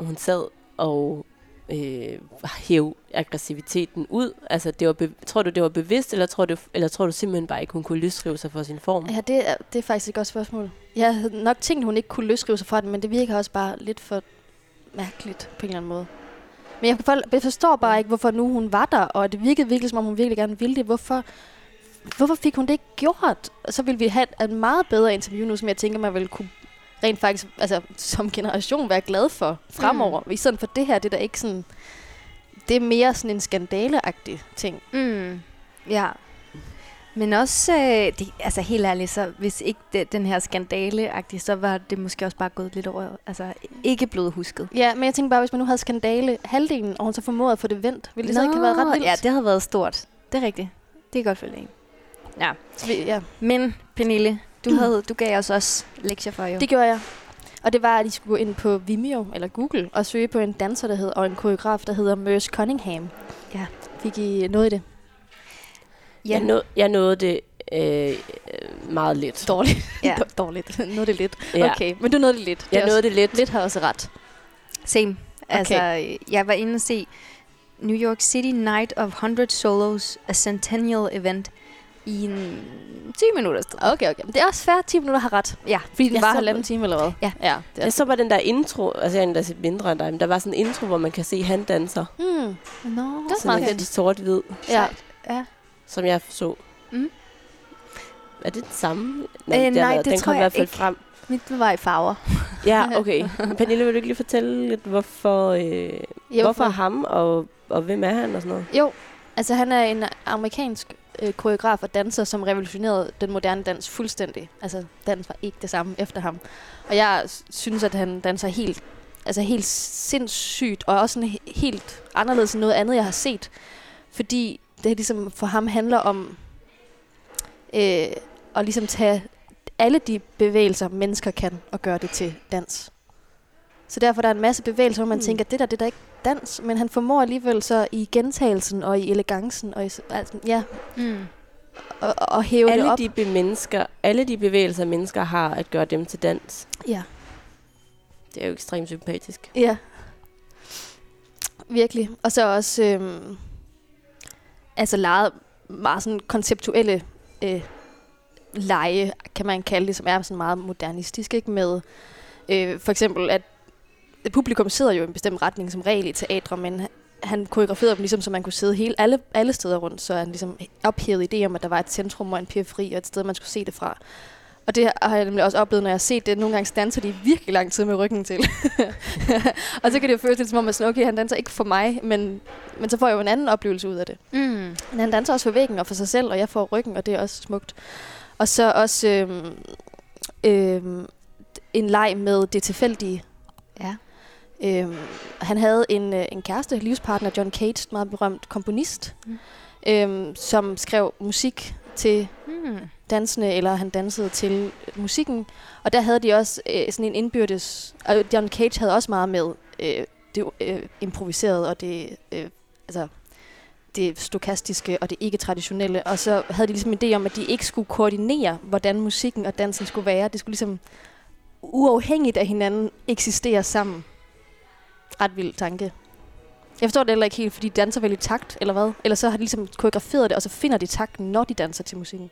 hun sad og øh, hæv aggressiviteten ud? Altså, det var be- tror du, det var bevidst, eller tror, du, eller tror du simpelthen bare ikke, hun kunne løsrive sig for sin form?
Ja, det er, det er faktisk et godt spørgsmål. Jeg havde nok tænkt, at hun ikke kunne løsrive sig fra den, men det virker også bare lidt for mærkeligt på en eller anden måde. Men jeg, kan for, jeg forstår bare ikke, hvorfor nu hun var der, og det virkede virkelig, som om hun virkelig gerne ville det. Hvorfor, hvorfor fik hun det ikke gjort? Og Så ville vi have et, et meget bedre interview nu, som jeg tænker, man ville kunne rent faktisk, altså som generation, være glad for fremover. Mm. I stedet for det her, det er der ikke sådan... Det er mere sådan en skandaleagtig ting.
Mm. Ja. Men også, øh, det, altså helt ærligt, så hvis ikke det, den her skandale så var det måske også bare gået lidt over, altså ikke blevet husket.
Ja, men jeg tænker bare, hvis man nu havde skandale halvdelen, og hun så formåede at få det vendt, ville det så ikke have været ret vildt?
Ja, det havde været stort. Det er rigtigt. Det er godt for en. Ja.
Vi- ja.
Men, Pernille, du, havde, du gav os også lektier for jo.
Mm. Det gjorde jeg. Og det var, at I skulle gå ind på Vimeo eller Google og søge på en danser, der hed, og en koreograf, der hedder Merce Cunningham.
Ja.
Fik I noget i det?
Ja. Jeg, nå, jeg nåede det øh, meget lidt.
Dårligt.
Ja.
Ja. Dårligt. Nåede det lidt.
Ja.
Okay, men du nåede det lidt. Det
Jeg
er
nåede
også,
det lidt.
Lidt har også ret.
Same. Altså, øh, jeg var inde og se New York City Night of 100 Solos, a centennial event, i en 10 minutter sted.
Okay, okay. Men det er også fair, 10 minutter har ret.
Ja,
Fordi den
Jeg
var
så-
halvanden time eller hvad?
Ja.
ja det er
Jeg så var den der intro, altså jeg er endda set mindre end dig, men der var sådan en intro, hvor man kan se, han danser.
Hmm.
Nå,
Det er
Sådan
meget
lidt sort-hvid,
Ja.
Ja.
som jeg så.
Mm.
Er det den samme?
Øh,
den,
nej,
den
det
kom
tror
i
jeg
hvert fald
ikke.
frem.
Mit var i farver.
Ja, okay. Men Pernille, vil du ikke lige fortælle lidt, hvorfor, øh,
Jo,
hvorfor ham, og, og hvem er han og sådan noget?
Jo, altså han er en amerikansk øh, koreograf og danser, som revolutionerede den moderne dans fuldstændig. Altså, dans var ikke det samme efter ham. Og jeg s- synes, at han danser helt, altså helt sindssygt, og også sådan he- helt anderledes end noget andet, jeg har set. Fordi det ligesom for ham handler om øh, at ligesom tage alle de bevægelser, mennesker kan, og gøre det til dans. Så derfor der er en masse bevægelser, hvor man
Mm.
mm. tænker, det der, det der ikke dans, men han formår alligevel så i gentagelsen og i elegancen og i, s- altså, ja,
Mm.
og, og- og hæve
alle
det op.
de be- mennesker, alle de bevægelser, mennesker har, at gøre dem til dans.
Ja.
Det er jo ekstremt sympatisk.
ja. Virkelig. Og så også øhm, altså leget meget sådan konceptuelle øh, lege, kan man kalde det, som er sådan meget modernistisk, ikke? Med øh, for eksempel, at publikum sidder jo i en bestemt retning som regel i teatre, men han koreograferede dem ligesom, så man kunne sidde hele, alle, alle steder rundt, så han ligesom ophævede idé om, at der var et centrum og en periferi og et sted, man skulle se det fra. Og det har jeg nemlig også oplevet, når jeg har set det. Nogle gange danser de i virkelig lang tid med ryggen til. og så kan det jo føles lidt som om, at sådan, okay, han danser ikke for mig, men, men så får jeg jo en anden oplevelse ud af det.
Mm.
Men han danser også for væggen og for sig selv, og jeg får ryggen, og det er også smukt. Og så også øhm, øhm, en leg med det tilfældige.
Ja.
Øhm, han havde en, øh, en kæreste, livspartner John Cage, en meget berømt komponist,
Mm.
mm. øhm, som skrev musik til
Mm.
dansende, eller han dansede til musikken. Og der havde de også øh, sådan en indbyrdes... Og John Cage havde også meget med øh, det øh, improviserede og det, øh, altså, det stokastiske og det ikke-traditionelle. Og så havde de ligesom en idé om, at de ikke skulle koordinere, hvordan musikken og dansen skulle være. Det skulle ligesom uafhængigt af hinanden eksistere sammen. Ret vild tanke. Jeg forstår det heller ikke helt, fordi de danser vel i takt, eller hvad? Eller så har de ligesom koreograferet det, og så finder de takten, når de danser til musikken.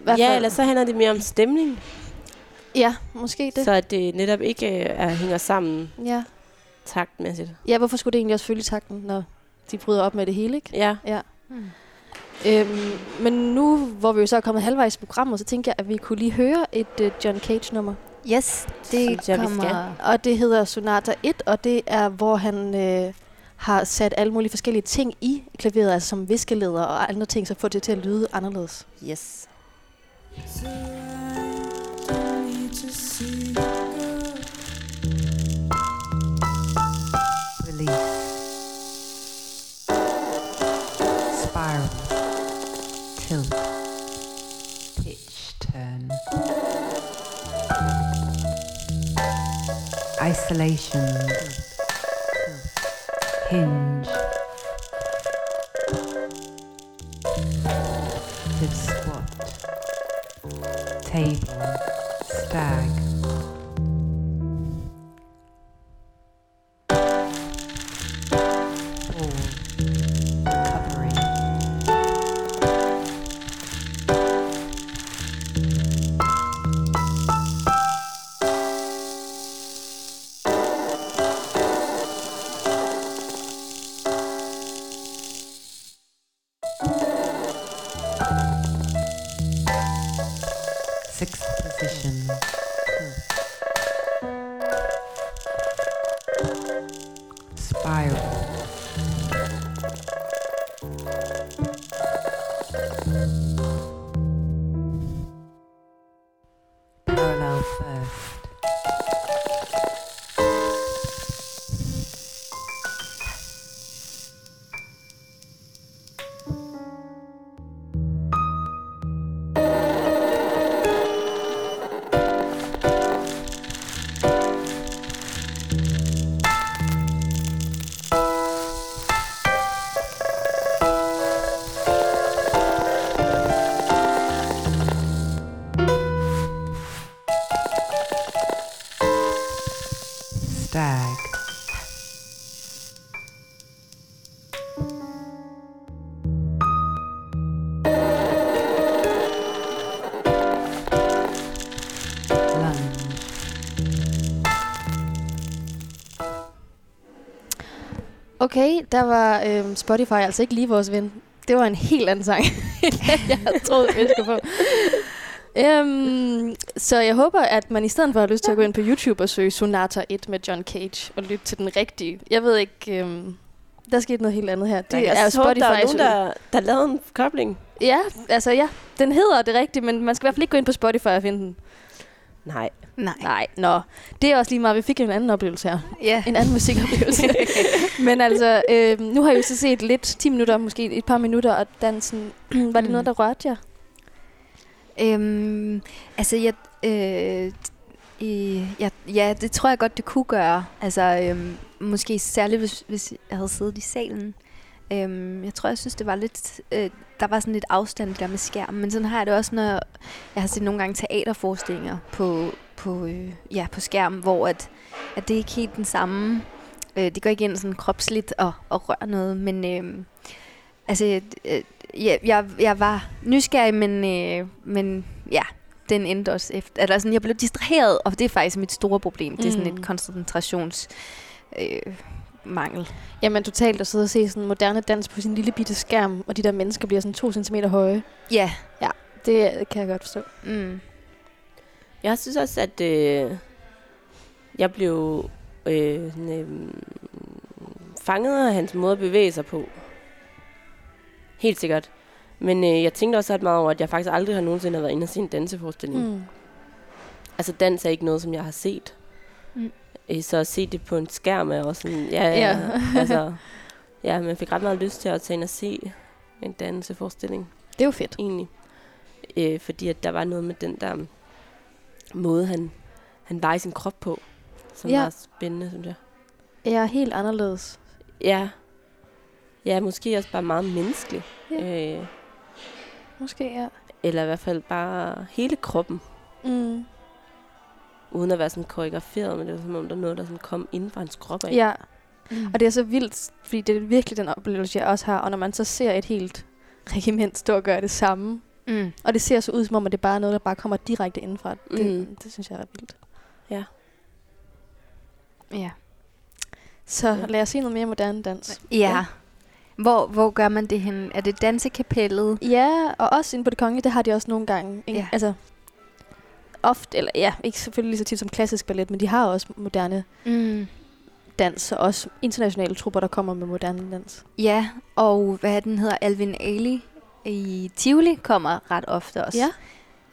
I hvert
Ja,
fald-
eller så handler det mere om stemning,
Ja, måske det.
det. så at det netop ikke øh, er, hænger sammen
Ja.
taktmæssigt.
ja, hvorfor skulle det egentlig også følge takten, når de bryder op med det hele, ikke?
Ja,
Mm.
Øhm, men nu, hvor vi jo så er kommet halvvejs i programmet, så tænker jeg, at vi kunne lige høre et uh, John Cage-nummer.
Yes, det
Synes jeg, vi
kommer...
Og det hedder Sonata 1, og det er, hvor han øh, har sat alle mulige forskellige ting i klaveret, altså som viskeleder og andre ting, så får det til at lyde anderledes.
yes.
Release. Spiral. Tilt. Pitch turn. Isolation. Hinge. Live squat. Table. Stag. Ball. Covering. Sixth position. Spiral. Parallel first. Stag. Lunge.
Okay, der var øhm, Spotify altså ikke lige vores ven. Det var en helt anden sang, end jeg havde troet, vi skulle få. Øhm, så jeg håber, at man i stedet for har lyst til at gå ind på YouTube og søge Sonata 1 med John Cage og lytte til den rigtige. Jeg ved ikke, øhm, der skete noget helt andet her. Det
jeg
er jo
kan håbe,
Spotify.
der er nogen, der, der lavede en kobling.
Ja, altså ja, den hedder det rigtige, men man skal i hvert fald ikke gå ind på Spotify og finde den.
Nej.
Nej.
Nej, nå. Det er også lige meget, vi fik en anden oplevelse her.
Ja.
En anden musikoplevelse. Men altså, øh, nu har jeg jo så set lidt, 10 minutter, måske et par minutter, og dansen, var det
Mm.
noget, der rørte jer?
Øhm, altså, jeg, øh, øh, ja, ja, det tror jeg godt, det kunne gøre. Altså, øhm, måske særligt, hvis, hvis jeg havde siddet i salen. Øhm, jeg tror, jeg synes, det var lidt... Øh, der var sådan lidt afstand det der med skærmen, men sådan har jeg det også, når jeg har set nogle gange teaterforestillinger på, på, øh, ja, på skærmen, hvor at, at det er ikke helt den samme. Øh, det går ikke ind sådan kropsligt og, og rører noget, men øh, altså, øh, jeg, jeg, jeg var nysgerrig, men, øh, men ja, den endte også efter. Eller sådan, jeg blev distraheret, og det er faktisk mit store problem. Det er sådan
Mm.
et koncentrations... Øh, mangel.
Jamen totalt at sidde og se sådan moderne dans på sin lille bitte skærm, og de der mennesker bliver sådan to centimeter høje.
Ja.
Det øh, kan jeg godt forstå.
Mm.
Jeg synes også, at øh, jeg blev øh, sådan, øh, fanget af hans måde at bevæge sig på. Helt sikkert. Men øh, jeg tænkte også ret meget over, at jeg faktisk aldrig har nogensinde været inde og se en danseforestilling. Mm.
Mm.
Altså, dans er ikke noget, som jeg har set.
Mm.
Mm. Så at se det på en skærm er også sådan... Ja,
Ja.
ja. altså, ja, man fik ret meget lyst til at tage ind og se en danseforestilling
Det er jo fedt.
egentlig. Øh, fordi at der var noget med den der måde, han, han var i sin krop på, som
Ja.
ja. var spændende, synes jeg.
Jeg er helt anderledes.
Ja. Ja, måske også bare meget menneskelig. Ja. Øh,
Måske, ja.
eller i hvert fald bare hele kroppen,
Mm.
uden at være sådan koreograferet, men det var som om, der var noget, der sådan kom ind fra hans krop af.
Ja,
Mm.
og det er så vildt, fordi det er virkelig den oplevelse, jeg også har. Og når man så ser et helt regiment stå og gøre det samme,
Mm.
og det ser så ud, som om at det bare er noget, der bare kommer direkte indfra. Det,
Mm.
det synes jeg er ret vildt.
Ja.
Så
Ja.
lad os se noget mere moderne dans.
ja. Hvor, hvor gør man det hen? Er det dansekapellet?
Ja, og også inde på det kongelige, det har de også nogle gange. Ikke?
Ja.
Altså, ofte, eller ja, ikke selvfølgelig lige så tit som klassisk ballet, men de har også moderne
Mm.
dans, og også internationale trupper, der kommer med moderne dans.
Ja, og hvad er den hedder? Alvin Ali i Tivoli kommer ret ofte også.
Ja.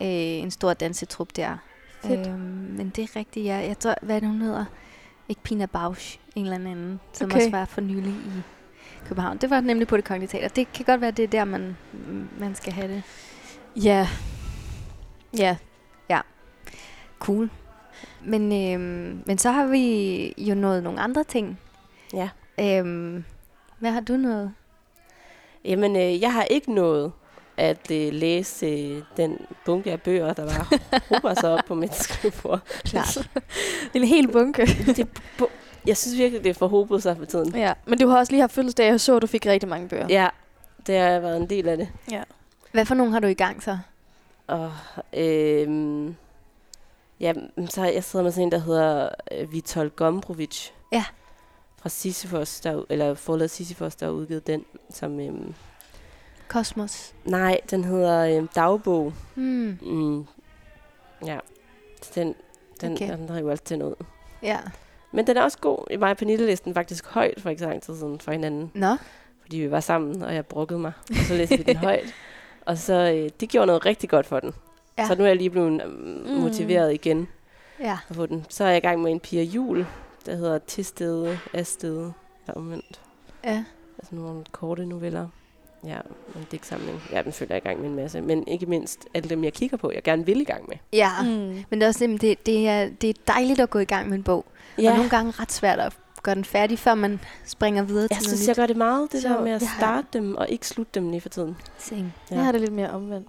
Øh, en stor dansetrup der.
Fedt.
Øhm, men det er rigtigt, ja. Jeg tror, hvad er det, hun hedder? Ikke Pina Bausch, en eller anden, som
Okay.
også var for nylig i København. Det var nemlig på det kongelige teater. Det kan godt være, det er der, man, man skal have det.
Ja. Ja.
Cool. Men, øhm, men så har vi jo nået nogle andre ting.
Ja.
Øhm, hvad har du noget?
Jamen, øh, jeg har ikke nået at øh, læse øh, den bunke af bøger, der var hober sig op på mit skrivebord.
Klart.
En hel bunke.
Jeg synes virkelig, det er forhobet sig for tiden.
ja. Men du har også lige haft fødselsdag, og jeg så, at du fik rigtig mange bøger.
Ja, det har været en del af det.
Hvad for nogen har du i gang så?
Og, øhm, ja, men så har jeg sidder med sådan en, der hedder øh, Vitol Gombrovic.
Ja.
Fra Sisyphos, der, eller forladet Sisyphos, der har udgivet den, som, øhm,
Kosmos.
nej, den hedder øhm, Dagbog.
Hmm.
Mm, ja, Så den, den,
Okay.
okay. den har jo altid tændt ud.
Ja.
Men den er også god. Mig og Pernille læste den faktisk højt for ikke så lang tid siden for hinanden.
Nå?
fordi vi var sammen, og jeg brokkede mig. Og så læste vi den højt. Og så, øh, det gjorde noget rigtig godt for den.
Ja.
Ja. Så nu er jeg lige blevet mm. motiveret igen
Ja.
at få den. Så er jeg i gang med en Pia Jul, der hedder Tistede, Astede, eller omvendt.
ja.
Altså nogle korte noveller. Ja, en digtsamling. Ja, den følger jeg i gang med en masse. Men ikke mindst alle dem, jeg kigger på, jeg gerne vil i gang med.
ja. Mm.
Mm.
Men det er også det, det, det, er, det er dejligt at gå i gang med en bog. Ja. Og nogle gange ret svært at gøre den færdig, før man springer videre
jeg
til
synes, jeg
noget
gør det meget, det
Så-
så, der med at
Ja.
starte dem og ikke slutte dem lige for tiden.
nyt. Same.
Ja.
Jeg har det lidt mere omvendt.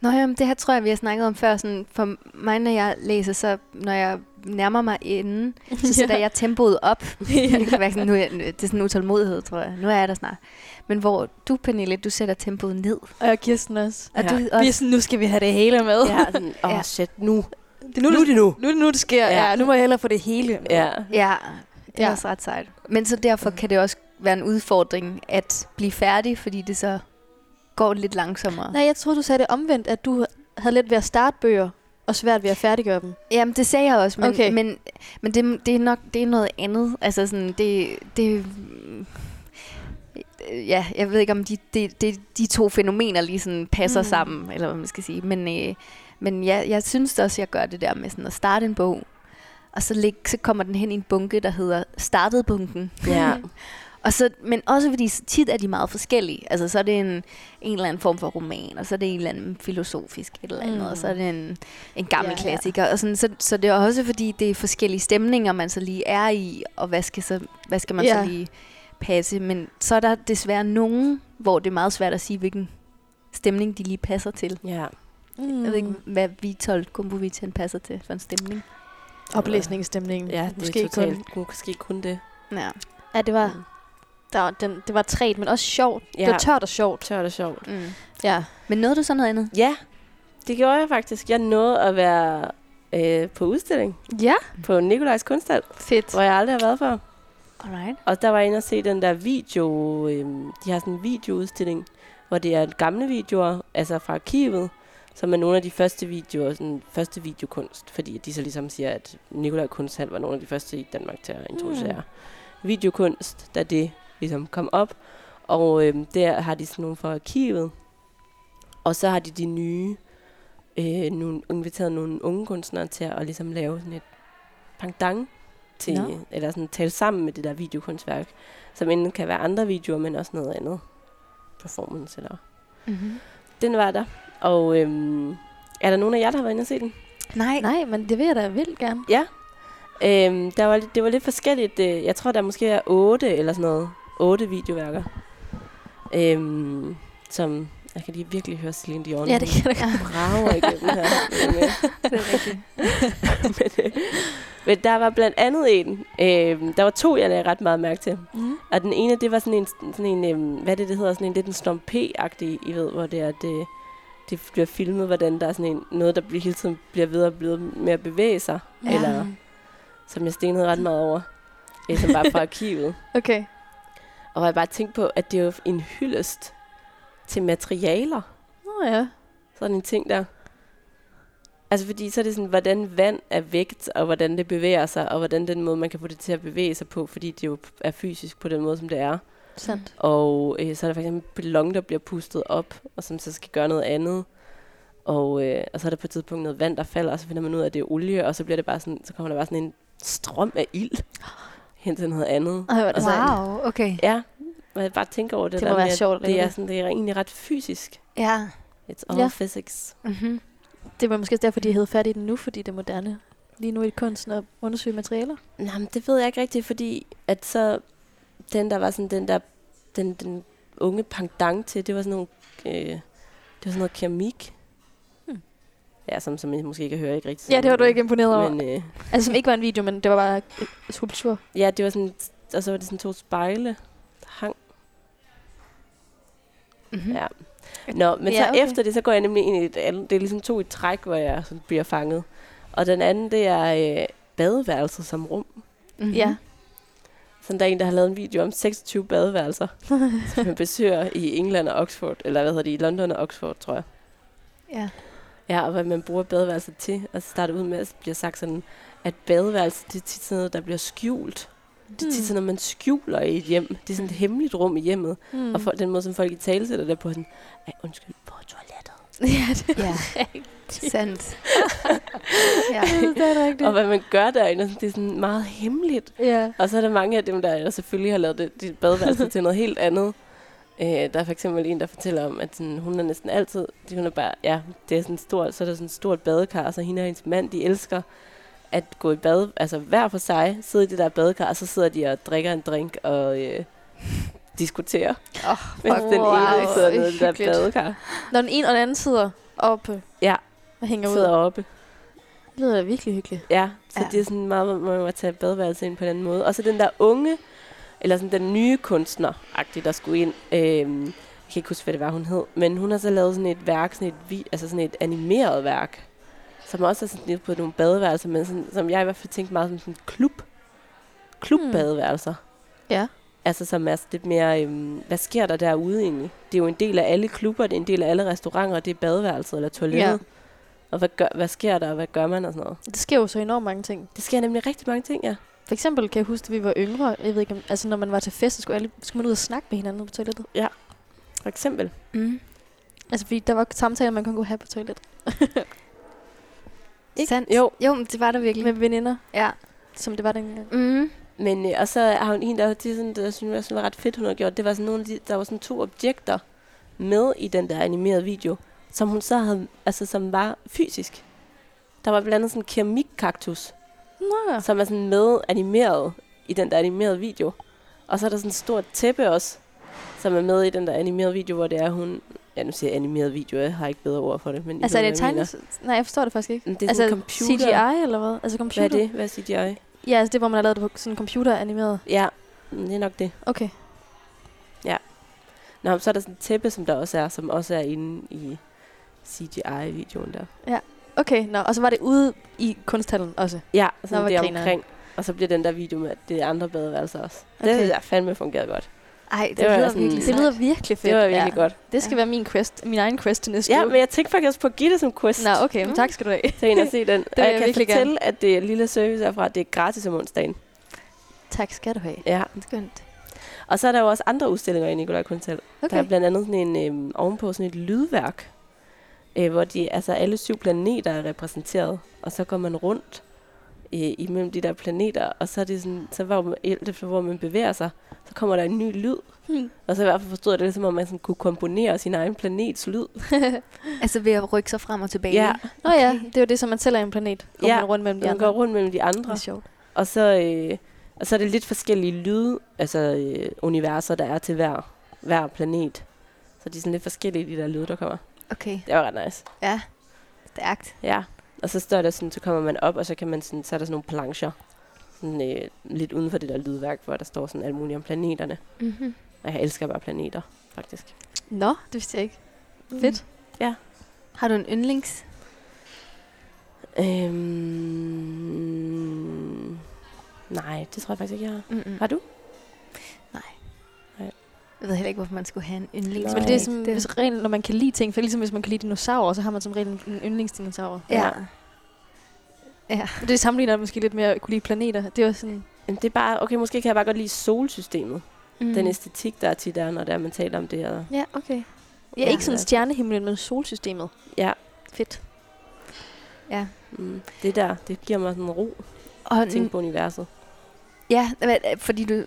Nå, jamen, det her tror jeg, vi har snakket om før. Sådan, for mig, når jeg læser, så når jeg nærmer mig enden, så sætter jeg tempoet op. det, kan være sådan, nu er, jeg- nu- det er sådan en utålmodighed, tror jeg. Nu er jeg der snart. Men hvor du, Pernille, du sætter tempoet ned.
Og jeg giver sådan også.
Og
Ja.
ja. du
Vi er
også,
sådan, nu skal vi have det hele med.
Ja, sådan, åh
Ja.
oh, shit, nu.
Det er nu,
Nu er det nu.
Nu er det nu, det sker.
Ja.
Ja. ja. nu må jeg hellere få det hele med.
Ja,
ja, det er
Ja.
også ret sejt. Men så derfor kan det også være en udfordring at blive færdig, fordi det så går lidt langsommere.
Nej, jeg troede, du sagde det omvendt, at du havde let ved at starte bøger, og svært ved at færdiggøre dem.
Jamen, det sagde jeg også, men, okay.
Okay.
men, men det, det er nok det er noget andet. Altså sådan, det... det ja, jeg ved ikke, om de, de, de, de to fænomener lige sådan passer mm.
Mm.
sammen, eller hvad man skal sige. Men, øh, men ja, jeg synes da også, jeg gør det der med sådan at starte en bog, og så, læg, så kommer den hen i en bunke, der hedder startede bunken.
ja.
Og så, men også fordi så tit er de meget forskellige. Altså så er det en, en eller anden form for roman, og så er det en eller anden filosofisk et eller andet, mm.
Mm.
og så er det en, en gammel ja,
Ja, ja.
klassiker. Og sådan, så, så det er også fordi, det er forskellige stemninger, man så lige er i, og hvad skal, så, hvad skal man ja.
Ja.
så lige passe. Men så er der desværre nogen, hvor det er meget svært at sige, hvilken stemning de lige passer til. Mm.
ja.
Mm.
Jeg ved ikke, hvad Vitold Gombovic han passer til for en stemning.
Oplæsningsstemningen.
ja det
Måske
er totalt.
kun.
Kun. Måske kun det.
Ja.
Ja, det var, der, var den, det var træt, men også sjovt. Mm. Ja. Det
Ja.
var tørt og sjovt.
Tørt og sjovt.
Mm.
Ja.
Men nåede du så noget andet?
Ja, det gjorde jeg faktisk. Jeg nåede at være øh, på udstilling
Ja.
på Nikolajs Kunsthal,
Fedt.
hvor jeg aldrig har været før.
Alright.
Og der var jeg inde og se den der video. Øh, de har sådan en videoudstilling, hvor det er gamle videoer, altså fra arkivet, som er nogle af de første videoer, sådan første videokunst, fordi de så ligesom siger, at Nikolaj Kunsthal var nogle af de første i Danmark til at introducere mm. videokunst, da det ligesom kom op. Og øh, der har de sådan nogle fra arkivet, og så har de de nye, øh, nogle, inviteret nogle unge kunstnere til at ligesom lave sådan et pangdang til,
Nå.
eller sådan tale sammen med det der videokunstværk, som enten kan være andre videoer, men også noget andet performance. Eller.
Mm-hmm.
Den var der. Og øhm, er der nogen af jer, der har været inde og se den?
Nej.
Nej, men det vil jeg da vildt gerne.
Øhm, der var, lidt- det var lidt forskelligt. Øh, jeg tror, der måske er otte eller sådan noget. Otte videoværker. Øhm, som... Jeg kan lige virkelig høre Celine Dion.
Ja, det kan jeg da godt.
brager igennem her. Men, øh,
det er rigtigt.
men, øh, men der var blandt andet en. Øh, der var to, jeg lagde ret meget mærke til.
Mm.
Og den ene, det var sådan en, sådan en øh, hvad er det, det hedder, sådan en lidt en stompe-agtig, I ved, hvor det er, det, det bliver filmet, hvordan der er sådan en, noget, der bliver, hele tiden bliver ved og bliver med at bevæge sig,
Ja.
Eller- som jeg stenede ret meget over, øh, som var fra arkivet.
Okay.
Og hvor jeg bare tænkte på, at det er jo en hyldest til materialer.
Nå ja.
Sådan en ting der. Altså fordi så er det sådan, hvordan vand er vægt, og hvordan det bevæger sig, og hvordan den måde, man kan få det til at bevæge sig på, fordi det jo er fysisk på den måde, som det er.
Sandt.
Og øh, så er der for eksempel en ballon, der bliver pustet op, og som så skal gøre noget andet. Og, øh, og så er der på et tidspunkt noget vand, der falder, og så finder man ud af, at det er olie, og så, bliver det bare sådan, så kommer der bare sådan en strøm af ild hen til noget andet.
Ej, hvor er det
Altså,
Og så-
wow.
Wow, okay.
Ja, og jeg bare tænker over det,
Det
der
må
med,
være
at
sjovt.
det er, sådan, det er egentlig ret fysisk.
Ja.
It's all
Ja.
physics.
Mm-hmm.
det var måske derfor, de hed fat i den nu, fordi det er moderne. Lige nu i kunsten at undersøge materialer.
Nå, men det ved jeg ikke rigtigt, fordi at så den, der var sådan den der, den, den unge pendant til, det var sådan nogle, øh, det var sådan noget keramik.
Hmm.
Ja, som, som I måske kan høre ikke rigtigt.
Ja, det var du ikke imponeret over.
Men øh,
Altså, som ikke var en video, men det var bare et skulptur.
ja, det var sådan, og så var det sådan to spejle, der hang.
Mm-hmm.
Ja. Nå, men
Ja,
ja, så
okay.
okay. efter det, så går jeg nemlig ind i et andet. Det er ligesom to i træk, hvor jeg sådan bliver fanget. Og den anden, det er øh, badeværelset som rum.
Mm-hmm.
Ja.
Sådan der er en, der har lavet en video om 26 badeværelser, som man besøger i England og Oxford, eller hvad hedder det, i London og Oxford, tror jeg.
ja.
Ja, og hvad man bruger badeværelset til, og så starter ud med, at det bliver sagt sådan, at badeværelset, det er tit sådan noget, der bliver skjult.
Mm.
Det er tit sådan noget, man skjuler i et hjem. Det er sådan et hemmeligt rum i hjemmet.
Mm.
Mm. Og for, den måde, som folk i tale sætter der på, sådan, Ej, undskyld, på toilettet.
ja. Sandt. ja.
det er rigtigt.
Og hvad man gør derinde, det er sådan meget hemmeligt.
Ja.
Og så er der mange af dem, der der selvfølgelig har lavet det, dit badeværelse til noget helt andet. Øh, der er for eksempel en, der fortæller om, at sådan, hun er næsten altid, de- hun er bare, ja, det er sådan stort, så er der sådan et stort badekar, og så hende og hendes mand, de elsker at gå i bad, altså hver for sig, sidder i det der badekar, og så sidder de og drikker en drink og øh, diskuterer,
Oh,
mens den ene sidder nede i det der
hyggeligt.
badekar,
Når den ene og den anden sidder oppe
Ja.
og hænger
sidder
ud.
oppe.
Det lyder virkelig hyggeligt.
Ja, så
Ja.
ja. det er sådan meget, man må tage badeværelse ind på en anden måde. Og så den der unge, eller sådan den nye kunstner der skulle ind. Øhm, jeg kan ikke huske, hvad det var, hun hed. Men hun har så lavet sådan et værk, sådan et, vi- altså sådan et animeret værk, som også er sådan lidt på nogle badeværelser, men sådan, som jeg i hvert fald tænkte meget som sådan en klub. Klubbadeværelser.
Ja.
Altså som er sådan lidt mere, øhm, hvad sker der derude egentlig? Det er jo en del af alle klubber, det er en del af alle restauranter, det er badeværelset eller toilettet.
Ja.
Ja. Og hvad, gør, hvad sker der, og hvad gør man og sådan noget?
Det sker jo så enormt mange ting.
Det sker nemlig rigtig mange ting, ja.
For eksempel kan jeg huske, at vi var yngre. Jeg ved ikke, om, altså når man var til fest, så skulle, alle, skulle man ud og snakke med hinanden på toilettet.
For eksempel.
Mm.
Altså fordi der var samtaler, man kun kunne have på toilettet.
Ikke?
Sandt.
Jo.
jo, men det var der virkelig.
Med veninder,
Ja.
som det var dengang.
Mm.
Men, øh, og så har hun en, der, de, sådan, der synes jeg også var ret fedt, hun har gjort. Det var sådan nogle, af de, der var sådan to objekter med i den der animerede video, som hun så havde, altså som var fysisk. Der var blandt andet sådan en keramikkaktus,
Nå.
ja. som er sådan med animeret i den der animerede video. Og så er der sådan et stort tæppe også, som er med i den der animerede video, hvor det er hun... Ja, nu siger jeg animeret video, jeg har ikke bedre ord for det. Men I
Altså er
ved,
det
hvad jeg mener.
tegnet? Nej, jeg forstår det faktisk ikke.
Men Det er
altså
sådan en computer.
CGI eller hvad? Altså computer?
Hvad er det? Hvad er CGI?
Ja, altså det, hvor man har lavet det på sådan en computeranimeret.
Ja, det er nok det.
Okay.
Nå, men så er der sådan et tæppe, som der også er, som også er inde i CGI-videoen der.
Okay, nå, og så var det ude i kunsthallen også.
Ja,
Nå,
sådan
hvor
det er
grineren.
omkring. Og så bliver den der video med, at det er andre badeværelser også. Okay.
Okay.
Det synes jeg fandme fungeret godt.
Ej, det, det
Det var
lyder
sådan-
virkelig
Det lyder
sejt.
virkelig fedt.
Det var virkelig
ja.
godt.
Det skal
Ja.
ja. være min quest, min egen quest til næste
Ja,
uge.
men jeg tænkte faktisk på at give det som quest.
Nå, okay,
Mm.
men tak skal du have.
Tag ind og se den. det
vil
og
jeg
jeg kan
virkelig
fortælle, at det er lille service herfra. Det er gratis om onsdagen.
tak skal du have.
Ja.
Skønt.
Og så er der jo også andre udstillinger i Nikolaj Kuntel. Okay. Der er
Okay.
blandt andet sådan en øhm, ovenpå sådan et lydværk, øh, hvor de, altså alle syv planeter er repræsenteret, og så går man rundt øh, imellem de der planeter, og så er det sådan, så hvor man, alt efter hvor man bevæger sig, så kommer der en ny lyd.
Hmm.
Og så i hvert fald forstod jeg det, som om man sådan kunne komponere sin egen planets lyd.
Altså ved at rykke sig frem og tilbage.
Ja,
Nå ja, det er jo det, som man selv er en planet. Går
Ja,
man rundt mellem de
man
andre.
går rundt mellem de
Det er
andre,
sjovt.
og så, øh, og så er det lidt forskellige lyde, altså øh, universer, der er til hver, hver planet. Så de er sådan lidt forskellige, de der lyde, der kommer.
Okay,
Det var ret nice.
stærkt.
Ja, og så står der sådan, så kommer man op, og så, kan man sådan, så er der sådan nogle plancher, sådan, øh, lidt uden for det der lydværk, hvor der står sådan alt muligt om planeterne.
Mm-hmm.
Og jeg elsker bare planeter, faktisk.
Nå, det vidste jeg ikke. Fedt.
Har du en yndlings?
Øhm, nej, det tror jeg faktisk ikke, jeg har.
Mm-mm.
Har du?
Jeg ved heller ikke, hvorfor man skulle have en yndlings.
Nej.
Men det er som,
det,
hvis regel, når man kan lide ting, for ligesom hvis man kan lide dinosaurer, så har man som regel en en yndlingsdinosaur.
ja.
Men Det sammenligner måske lidt med at kunne lide planeter. Det er jo sådan,
Jamen, Det er bare, okay, måske kan jeg bare godt lide solsystemet.
Mm.
Mm. Den æstetik, der er tit er, når det er, man taler om det her.
ja, okay. Ja,
Ja.
ikke sådan stjernehimlen, men solsystemet.
Ja.
Fedt.
ja.
Mm, det der, det giver mig sådan en ro
Og
at tænke på universet.
Ja, men, fordi du...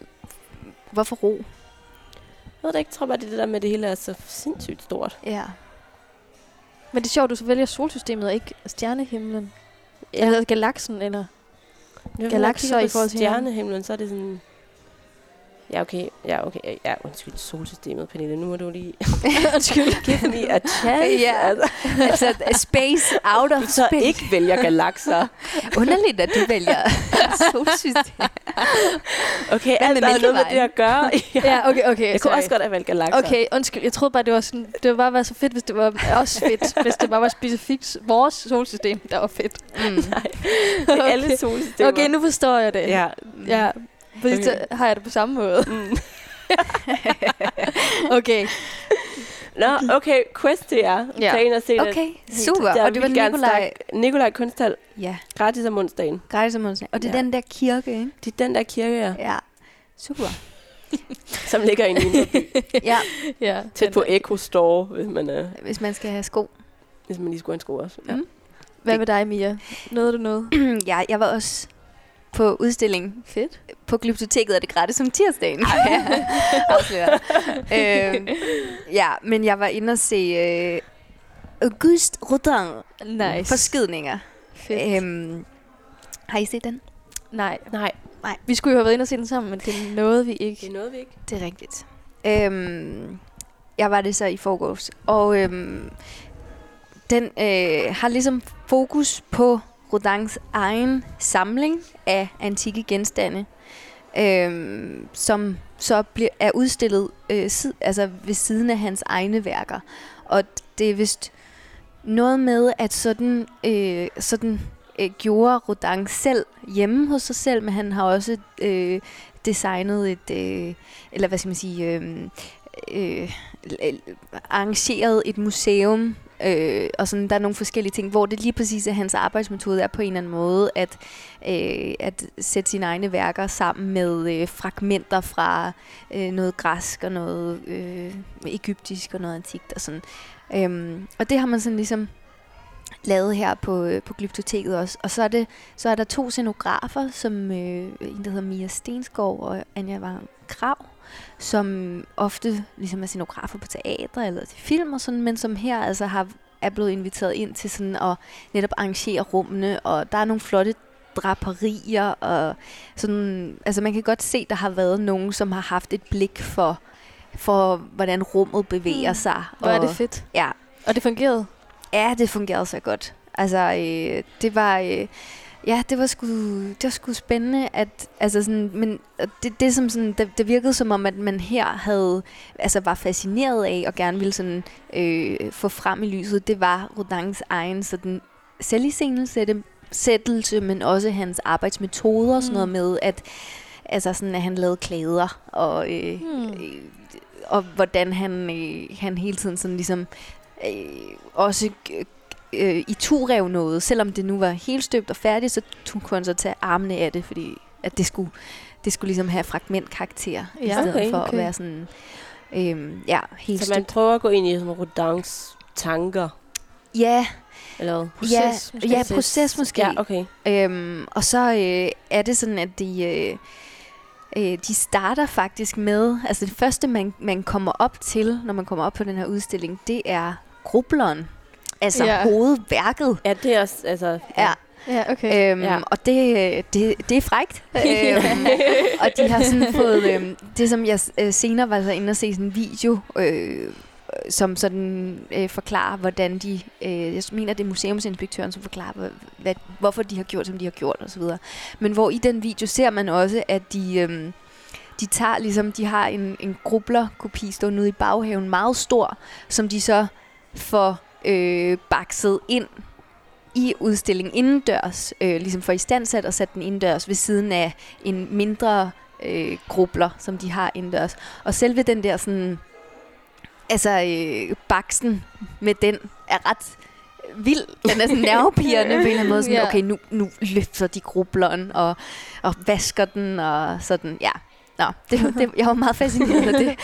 Hvorfor ro?
Jeg ved det ikke, jeg tror bare, det er det der med, at det hele er så sindssygt stort.
Ja.
Men det er sjovt, du så vælger solsystemet og ikke stjernehimlen. Ja. Eller galaksen, eller...
Når
Galakser
man kigger
i
på
forhold til hinanden.
stjernehimlen, så er det sådan... Ja, okay. Ja, okay. Ja, undskyld. Solsystemet, Pernille. Nu må du lige...
Undskyld.
Give me a chance.
Ja.
Altså,
altså, space out of
du så
space.
ikke vælger galakser.
Underligt, at du vælger solsystem.
Okay,
med
alt der har noget med
Mælkevejen?
det at gøre. ja.
ja, okay, okay.
Jeg kunne
sorry.
også godt have valgt galakser.
Okay, undskyld. Jeg troede bare, det var sådan... Det ville bare være så fedt, hvis det var også fedt. hvis det bare var specifikt vores solsystem, der var fedt.
Mm.
Det er alle
Okay.
solsystemer.
Okay, nu forstår jeg det.
Ja.
Ja, fordi
Okay.
så har jeg det på samme måde.
Mm.
Okay.
Nå, okay. Quest til jer.
Ja.
Ja. Tag ind og se det.
Okay, super.
Der
Og det var Nikolaj.
Nikolaj Kunsthal.
Ja,
Gratis om onsdagen.
gratis om
Altså,
onsdagen. Og det er
Ja.
den der kirke, ikke?
Det er den der kirke, ja,
Ja. Super.
som ligger inde i Indre by.
Ja,
Ja,
Tæt på Echo Store, hvis man er...
hvis man skal have sko.
Hvis man lige skulle ønske også. Ja.
Mm.
Hvad med dig, Mia? Nåede du noget?
ja, jeg var også på udstilling
Fedt.
på Glyptoteket er det gratis om tirsdagen. Afslører. øhm, ja, men jeg var inde og se øh, Auguste Rodin
Nice.
forskydninger.
Fedt.
Øhm, har I set den?
Nej.
Nej,
Vi skulle jo have været inde og se den sammen, men det nåede vi
det
ikke.
er noget, vi ikke.
Det er rigtigt. Øhm, jeg var det så i forgårs. Og øhm, den øh, har ligesom fokus på Rodans egen samling af antikke genstande, øhm, som så bliver, er udstillet øh, sid, altså ved siden af hans egne værker. Og det er vist noget med, at sådan, øh, sådan øh, gjorde Rodin selv hjemme hos sig selv, men han har også øh, designet et... Øh, eller hvad skal man sige, øh, øh, l- arrangeret et museum, øh, og sådan, der er nogle forskellige ting, hvor det lige præcis er hans arbejdsmetode er på en eller anden måde, at, øh, at sætte sine egne værker sammen med øh, fragmenter fra øh, noget græsk og noget øh, egyptisk og noget antikt og sådan. Øhm, og det har man sådan ligesom lavet her på, øh, på Glyptoteket også. Og så er, det, så er der to scenografer, som øh, en, der hedder Mia Stenskov og Anja Vang Krav, som ofte ligesom er scenografer på teater eller til film og sådan, men som her altså har, er blevet inviteret ind til sådan at netop arrangere rummene, og der er nogle flotte draperier, og sådan, altså man kan godt se, der har været nogen, som har haft et blik for, for hvordan rummet bevæger
Mm.
sig.
Hvor er
og,
det fedt.
Ja,
Og det fungerede.
Ja, det fungerede så godt. Altså, øh, det var... Øh, ja, det var sgu, det var sgu spændende, at, altså sådan, men og det, det, som sådan, det, det, virkede som om, at man her havde, altså var fascineret af, og gerne ville sådan, øh, få frem i lyset, det var Rodans egen sådan, selviscenesættelse, men også hans arbejdsmetoder, og sådan noget
Mm.
med, at, altså sådan, at han lavede klæder, og øh,
Mm.
Hmm.
øh, og hvordan han, øh, han hele tiden sådan ligesom øh, også øh, øh, i turev noget. Selvom det nu var helt støbt og færdigt, så tog kunne han så tage armene af det, fordi at det skulle, det skulle ligesom have fragmentkarakter, ja, i
Ja,
stedet
okay,
for at
okay.
være sådan øh, ja, helt
Så man
støbt.
prøver at gå ind i sådan Rodans tanker,
Ja,
eller hvad?
ja,
proces? måske?
ja, proces måske.
Ja, okay.
Øhm, og så øh, er det sådan, at de, øh, øh, de starter faktisk med, altså det første, man, man kommer op til, når man kommer op på den her udstilling, det er grubleren. Altså
Ja.
ja. hovedværket.
Ja, det er også, altså...
Ja,
Ja, okay.
øhm,
Ja.
ja. og det, øh, det, det er frægt.
Øh,
øhm, og de har sådan fået, øhm, det som jeg øh, senere var så inde og se sådan en video, øh, som sådan øh, forklarer, hvordan de, øh, jeg mener det er museumsinspektøren, som forklarer, hvad, hvad, hvorfor de har gjort, som de har gjort osv. Men hvor i den video ser man også, at de, øhm, de tager ligesom, de har en, en grubler-kopi stående ude i baghaven, meget stor, som de så får øh, bakset ind i udstillingen indendørs, øh, ligesom for istandsat og sat den indendørs ved siden af en mindre øh, grubler, som de har indendørs. Og selve den der sådan, altså øh, baksen med den er ret vild. Den er sådan nervepirrende på en eller anden måde. Sådan,
Ja.
okay, nu, nu løfter de grubleren og, og vasker den og sådan, ja. Nå, det, det, jeg var meget fascineret af det.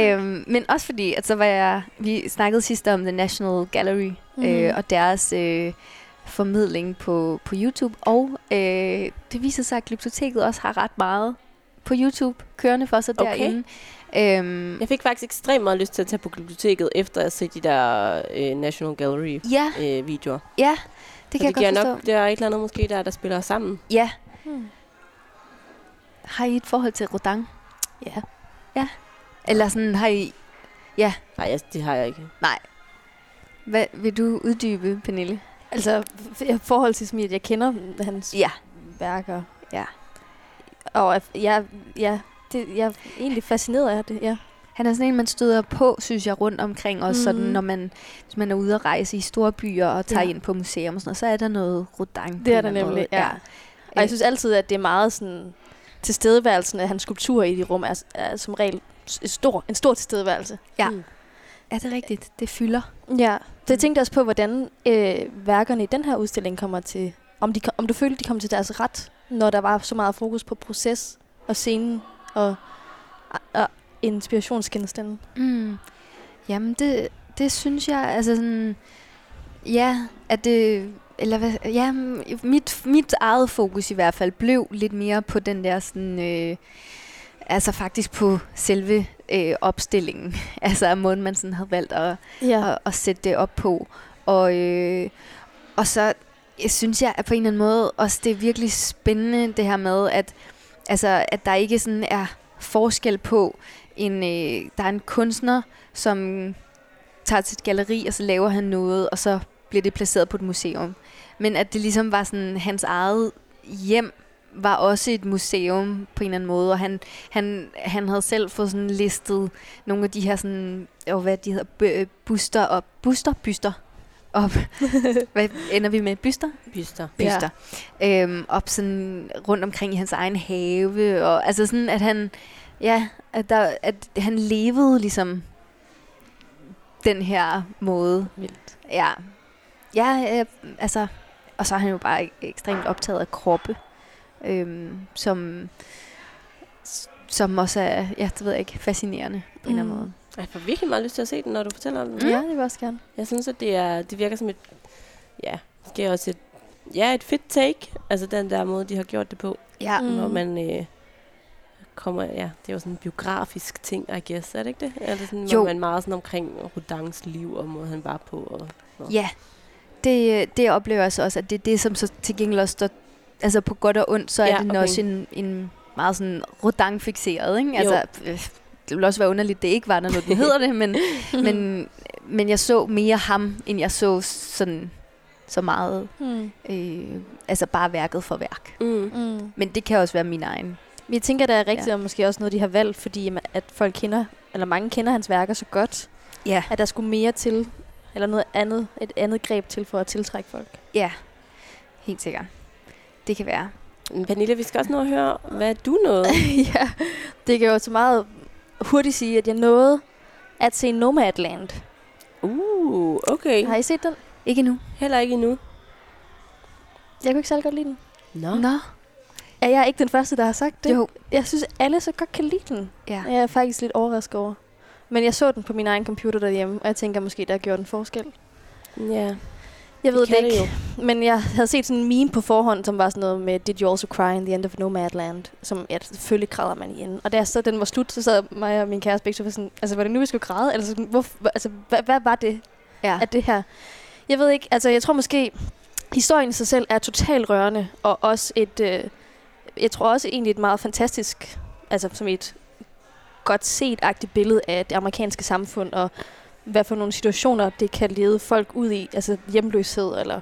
øhm, men også fordi, at så var jeg, vi snakkede sidst om The National Gallery mm. øh,
Mhm.
og deres øh, formidling på, på YouTube. Og øh, det viser sig, at Glyptoteket også har ret meget på YouTube kørende for sig
Okay.
derinde. Øhm,
Jeg fik faktisk ekstremt meget lyst til at tage på biblioteket, efter at se de der øh, National Gallery-videoer.
ja,
Øh, videoer.
ja, det
Så
kan jeg godt forstå.
nok, det er et eller andet måske der, der spiller sammen.
Ja,
Hmm.
har I et forhold til Rodin?
Ja.
Ja. Eller sådan, har I...
Nej, jeg, det har jeg ikke.
Hvad vil du uddybe, Pernille?
Altså, f- i forhold til Smil, jeg kender hans
Ja.
værker.
Ja.
Og at- jeg, ja, det, jeg er egentlig fascineret af det, ja.
Han er sådan en, man støder på, synes jeg, rundt omkring. Også mm. sådan,
Mhm.
når man, hvis man er ude at rejse i store byer og tager
Ja.
ja. ind på museum og sådan noget, så er der noget rodang.
Det er der nemlig, ja. Og jeg synes altid, at det er meget sådan... Tilstedeværelsen af hans skulpturer i de rum er, er som regel s- en stor, en stor tilstedeværelse.
Er det rigtigt? Det fylder.
Ja, så jeg tænkte også på, hvordan øh, værkerne i den her udstilling kommer til... Om, de, kom- om du følte, de kom til deres ret, når der var så meget fokus på proces og scenen og, og inspirationsgenstanden.
Mm. Jamen, det, det synes jeg, altså sådan... Ja, at det, eller hvad, ja, mm, mit, mit eget fokus i hvert fald blev lidt mere på den der sådan, øh, altså faktisk på selve øh, opstillingen, altså af måden man sådan havde valgt at,
Ja.
at, at sætte det op på. Og, øh, og så øh, synes jeg at på en eller anden måde også, det er virkelig spændende det her med, at, altså, at der ikke sådan er forskel på, en, øh, der er en kunstner, som tager til et galleri, og så laver han noget, og så bliver det placeret på et museum. Men at det ligesom var sådan, hans eget hjem var også et museum på en eller anden måde, og han, han, han havde selv fået sådan listet nogle af de her sådan, og hvad de hedder, bø- øh, buster og buster, byster op. hvad ender vi med? Byster?
Byster.
Byster. Ja. Øhm, op sådan rundt omkring i hans egen have, og altså sådan, at han, ja, at, der, at han levede ligesom den her måde.
Vildt.
Ja. Ja, øh, altså, og så er han jo bare ek- ekstremt optaget af kroppe, øhm, som, som også er, ja, det ved jeg ikke, fascinerende på en eller anden
Mm.
måde.
Jeg får virkelig meget lyst til at se den, når du fortæller om den.
Mm. ja, det vil jeg også gerne.
Jeg synes, at det, er, det virker som et, ja, måske også et, ja, et fedt take. Altså den der måde, de har gjort det på,
Ja,
mm.
Mm.
hvor man øh, kommer, ja, det er jo sådan en biografisk ting, I guess, er det ikke det? Er det sådan,
Jo.
hvor man meget sådan omkring Rudans liv, og måde han var på, og
Ja, det, øh, det oplever jeg så også, at det er det, som så til gengæld også står, altså på godt og ondt, så ja,
Ja,
er den
okay.
okay. også en, en meget sådan rodang-fixeret, ikke?
Jo.
Altså, øh, det ville også være underligt, det ikke var der, når den hedder det, men, men, men jeg så mere ham, end jeg så sådan så meget,
Mm.
øh, altså bare værket for værk.
Mm.
Mm.
Men det kan også være min egen.
Men Jeg tænker, der er rigtigt, ja. og måske også noget, de har valgt, fordi ma- at folk kender, eller mange kender hans værker så godt,
Ja.
at der skulle mere til, eller noget andet, et andet greb til for at tiltrække folk.
Ja, helt sikkert. Det kan være.
Men Pernille, vi skal også nå at høre, hvad du nåede.
ja, det kan jeg jo så meget hurtigt sige, at jeg nåede at se Nomadland.
Uh, okay.
Har I set den?
Ikke nu.
Heller ikke endnu.
Jeg kunne ikke særlig godt lide den.
Nå.
Nå.
Ja, jeg er ikke den første, der har sagt det.
Jo.
Jeg synes, alle så godt kan lide den.
Ja.
Jeg er faktisk lidt overrasket over. Men jeg så den på min egen computer derhjemme, og jeg tænker måske, der gjorde en forskel.
Ja,
Jeg ved det,
kan
ikke.
jo.
Men jeg havde set sådan en meme på forhånd, som var sådan noget med Did you also cry in the end of Nomadland? Som, ja, selvfølgelig græder man i enden. Og da jeg så den var slut, så sad mig og min kæreste begge to og var sådan, altså var det nu, vi skulle græde? Altså, sådan, hvor, altså hvad, hvad var det
Ja.
af det her? Jeg ved ikke, altså jeg tror måske, historien i sig selv er totalt rørende, og også et, øh, jeg tror også egentlig et meget fantastisk, altså som et godt set-agtigt billede af det amerikanske samfund, og hvad for nogle situationer det kan lede folk ud i, altså hjemløshed, eller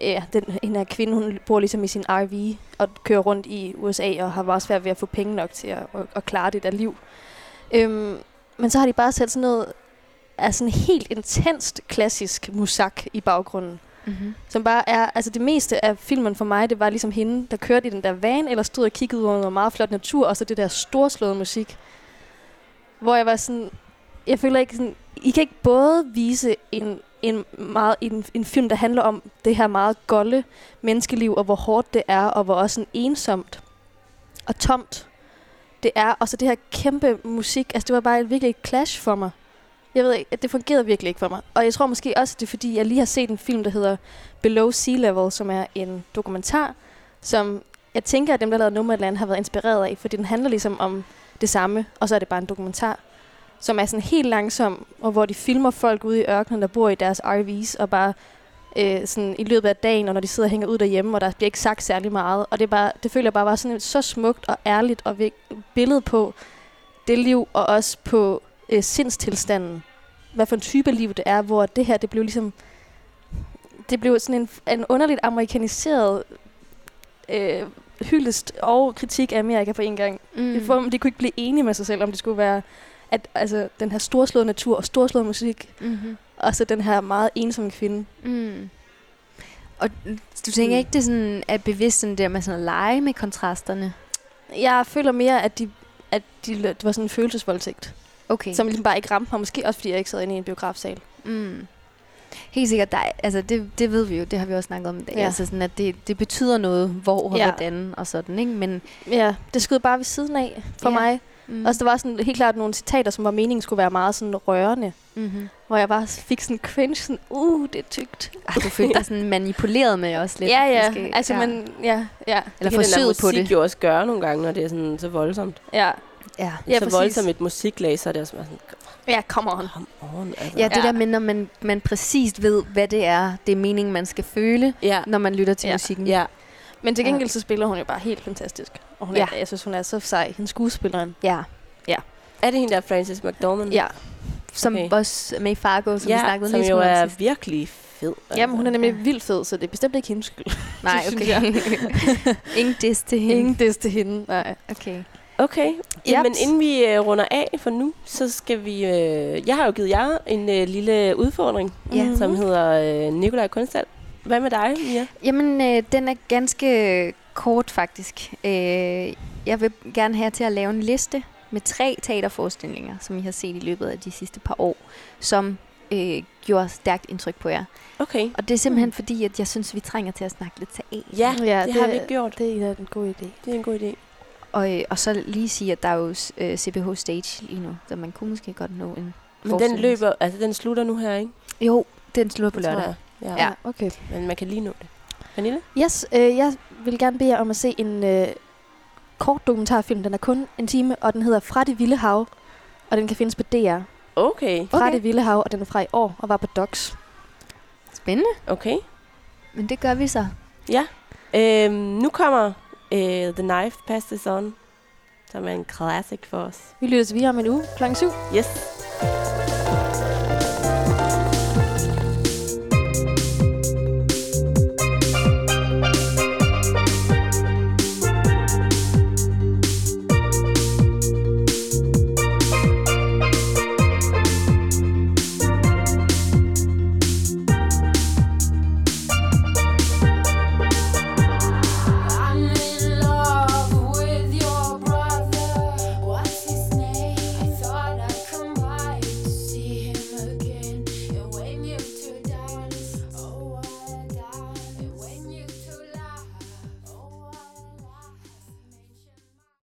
ja, den, en her kvinde, hun bor ligesom i sin RV, og kører rundt i USA, og har bare svært ved at få penge nok til at, at, at klare det der liv. Øhm, men så har de bare sat sådan noget, altså sådan helt intenst klassisk musak i baggrunden
Mm-hmm.
som bare er, altså det meste af filmen for mig, det var ligesom hende, der kørte i den der van, eller stod og kiggede ud over noget meget flot natur, og så det der storslåede musik, hvor jeg var sådan, jeg føler ikke sådan, I kan ikke både vise en, en, meget, en, en film, der handler om det her meget golde menneskeliv, og hvor hårdt det er, og hvor også sådan ensomt og tomt det er, og så det her kæmpe musik, altså det var bare et virkelig et clash for mig. Jeg ved ikke, det fungerede virkelig ikke for mig. Og jeg tror måske også, at det er fordi, jeg lige har set en film, der hedder Below Sea Level, som er en dokumentar, som jeg tænker, at dem, der lavede Nomadland, har været inspireret af, fordi den handler ligesom om det samme, og så er det bare en dokumentar, som er sådan helt langsom, og hvor de filmer folk ude i ørkenen, der bor i deres RV's, og bare øh, sådan i løbet af dagen, og når de sidder og hænger ud derhjemme, og der bliver ikke sagt særlig meget, og det, er bare, det føler jeg bare var sådan et så smukt og ærligt og vik- billede på det liv, og også på øh, sindstilstanden. Hvad for en type liv det er, hvor det her, det blev ligesom det blev sådan en, en underligt amerikaniseret øh, hyldest og kritik af Amerika på en gang. Mm. For, de kunne ikke blive enige med sig selv, om det skulle være at, altså, den her storslåede natur og storslåede musik,
Mm-hmm.
og så den her meget ensomme kvinde.
Mm. Og du tænker
Mm.
ikke, det sådan er bevidst sådan der med sådan at lege med kontrasterne?
Jeg føler mere, at, de, at de, det var sådan en følelsesvoldtægt,
Okay.
okay. som ligesom bare ikke ramte mig. Måske også, fordi jeg ikke sad inde i en biografsal.
Mm. Helt sikkert, der, er- altså det, det ved vi jo, det har vi også snakket om i dag. Ja.
Ja.
Altså sådan, at det, det betyder noget, hvor og ja.
Ja.
hvordan og sådan, ikke? Men
Ja, det skød bare ved siden af for
Ja.
ja. mig.
Mm.
Mm. Også der var sådan helt klart nogle citater, som var meningen skulle være meget sådan rørende.
mm-hmm.
Hvor jeg bare fik sådan cringe, sådan, uh, det er tygt.
Ej, du følte dig sådan manipuleret med også lidt.
ja, ja.
måske.
altså, man, ja, ja,
Eller
det kan den der
forsøget på
musik
det.
jo også gøre nogle gange, når det er sådan så voldsomt.
ja.
Ja.
Ja,
Ja,
så
præcis.
voldsomt et musiklag, så er det også bare sådan,
Ja, come on.
kom on. Altså.
Ja, det ja.
Ja.
der med, når man, man præcist ved, hvad det er, det er meningen, man skal føle,
ja.
når man lytter til ja.
Ja.
musikken.
ja.
Men til
Ja.
gengæld så spiller hun jo bare helt fantastisk. Og hun ja.
Ja.
er, jeg synes, hun er så sej, hende skuespilleren.
ja.
Er det hende der, Frances McDormand?
Ja,
Som
Okay.
okay. også med i Fargo, som
ja
vi snakkede
som
lidt
jo
om
er
sidst.
virkelig fed. Altså.
Jamen, hun er nemlig vildt fed, så det er bestemt ikke hendes skyld.
Nej,
synes
okay. Ingen diss til hende.
Ingen des til hende. Nej.
Okay.
Okay,
Yep.
Jamen, inden vi øh, runder af for nu, så skal vi... Øh, jeg har jo givet jer en øh, lille udfordring,
Ja.
mm-hmm. som hedder øh, Nikolaj Kunstal. Hvad med dig, Mia?
Jamen, øh, den er ganske kort faktisk. Øh, jeg vil gerne have jer til at lave en liste med tre teaterforestillinger, som I har set i løbet af de sidste par år, som øh, gjorde stærkt indtryk på jer.
Okay.
Og det er simpelthen fordi, at jeg synes, vi trænger til at snakke lidt teater.
Ja, ja
Ja,
det, det har
det-
vi ikke gjort.
Det er en god idé.
Det er en god idé.
Og, øh, og så lige sige, at der er jo øh, CBH Stage lige nu, så man kunne måske godt nå en
Men den
forestilling.
løber... Altså, den slutter nu her, ikke?
Jo, den slutter på
Tror
lørdag.
jeg. Ja.
Ja.
ja.
Okay.
Men man kan lige nå det. Pernille?
Yes, øh, jeg vil gerne bede jer om at se en øh, kort dokumentarfilm. Den er kun en time, og den hedder Fra det vilde hav. Og den kan findes på DR.
Okay.
Fra
Okay.
det vilde hav, og den er fra i år, og var på Docs.
Spændende,
Okay.
men det gør vi så.
Øhm, nu kommer øh, The Knife Passed Is On, som er en classic for os.
Vi lyttes videre om en uge kl. 7.
Yes.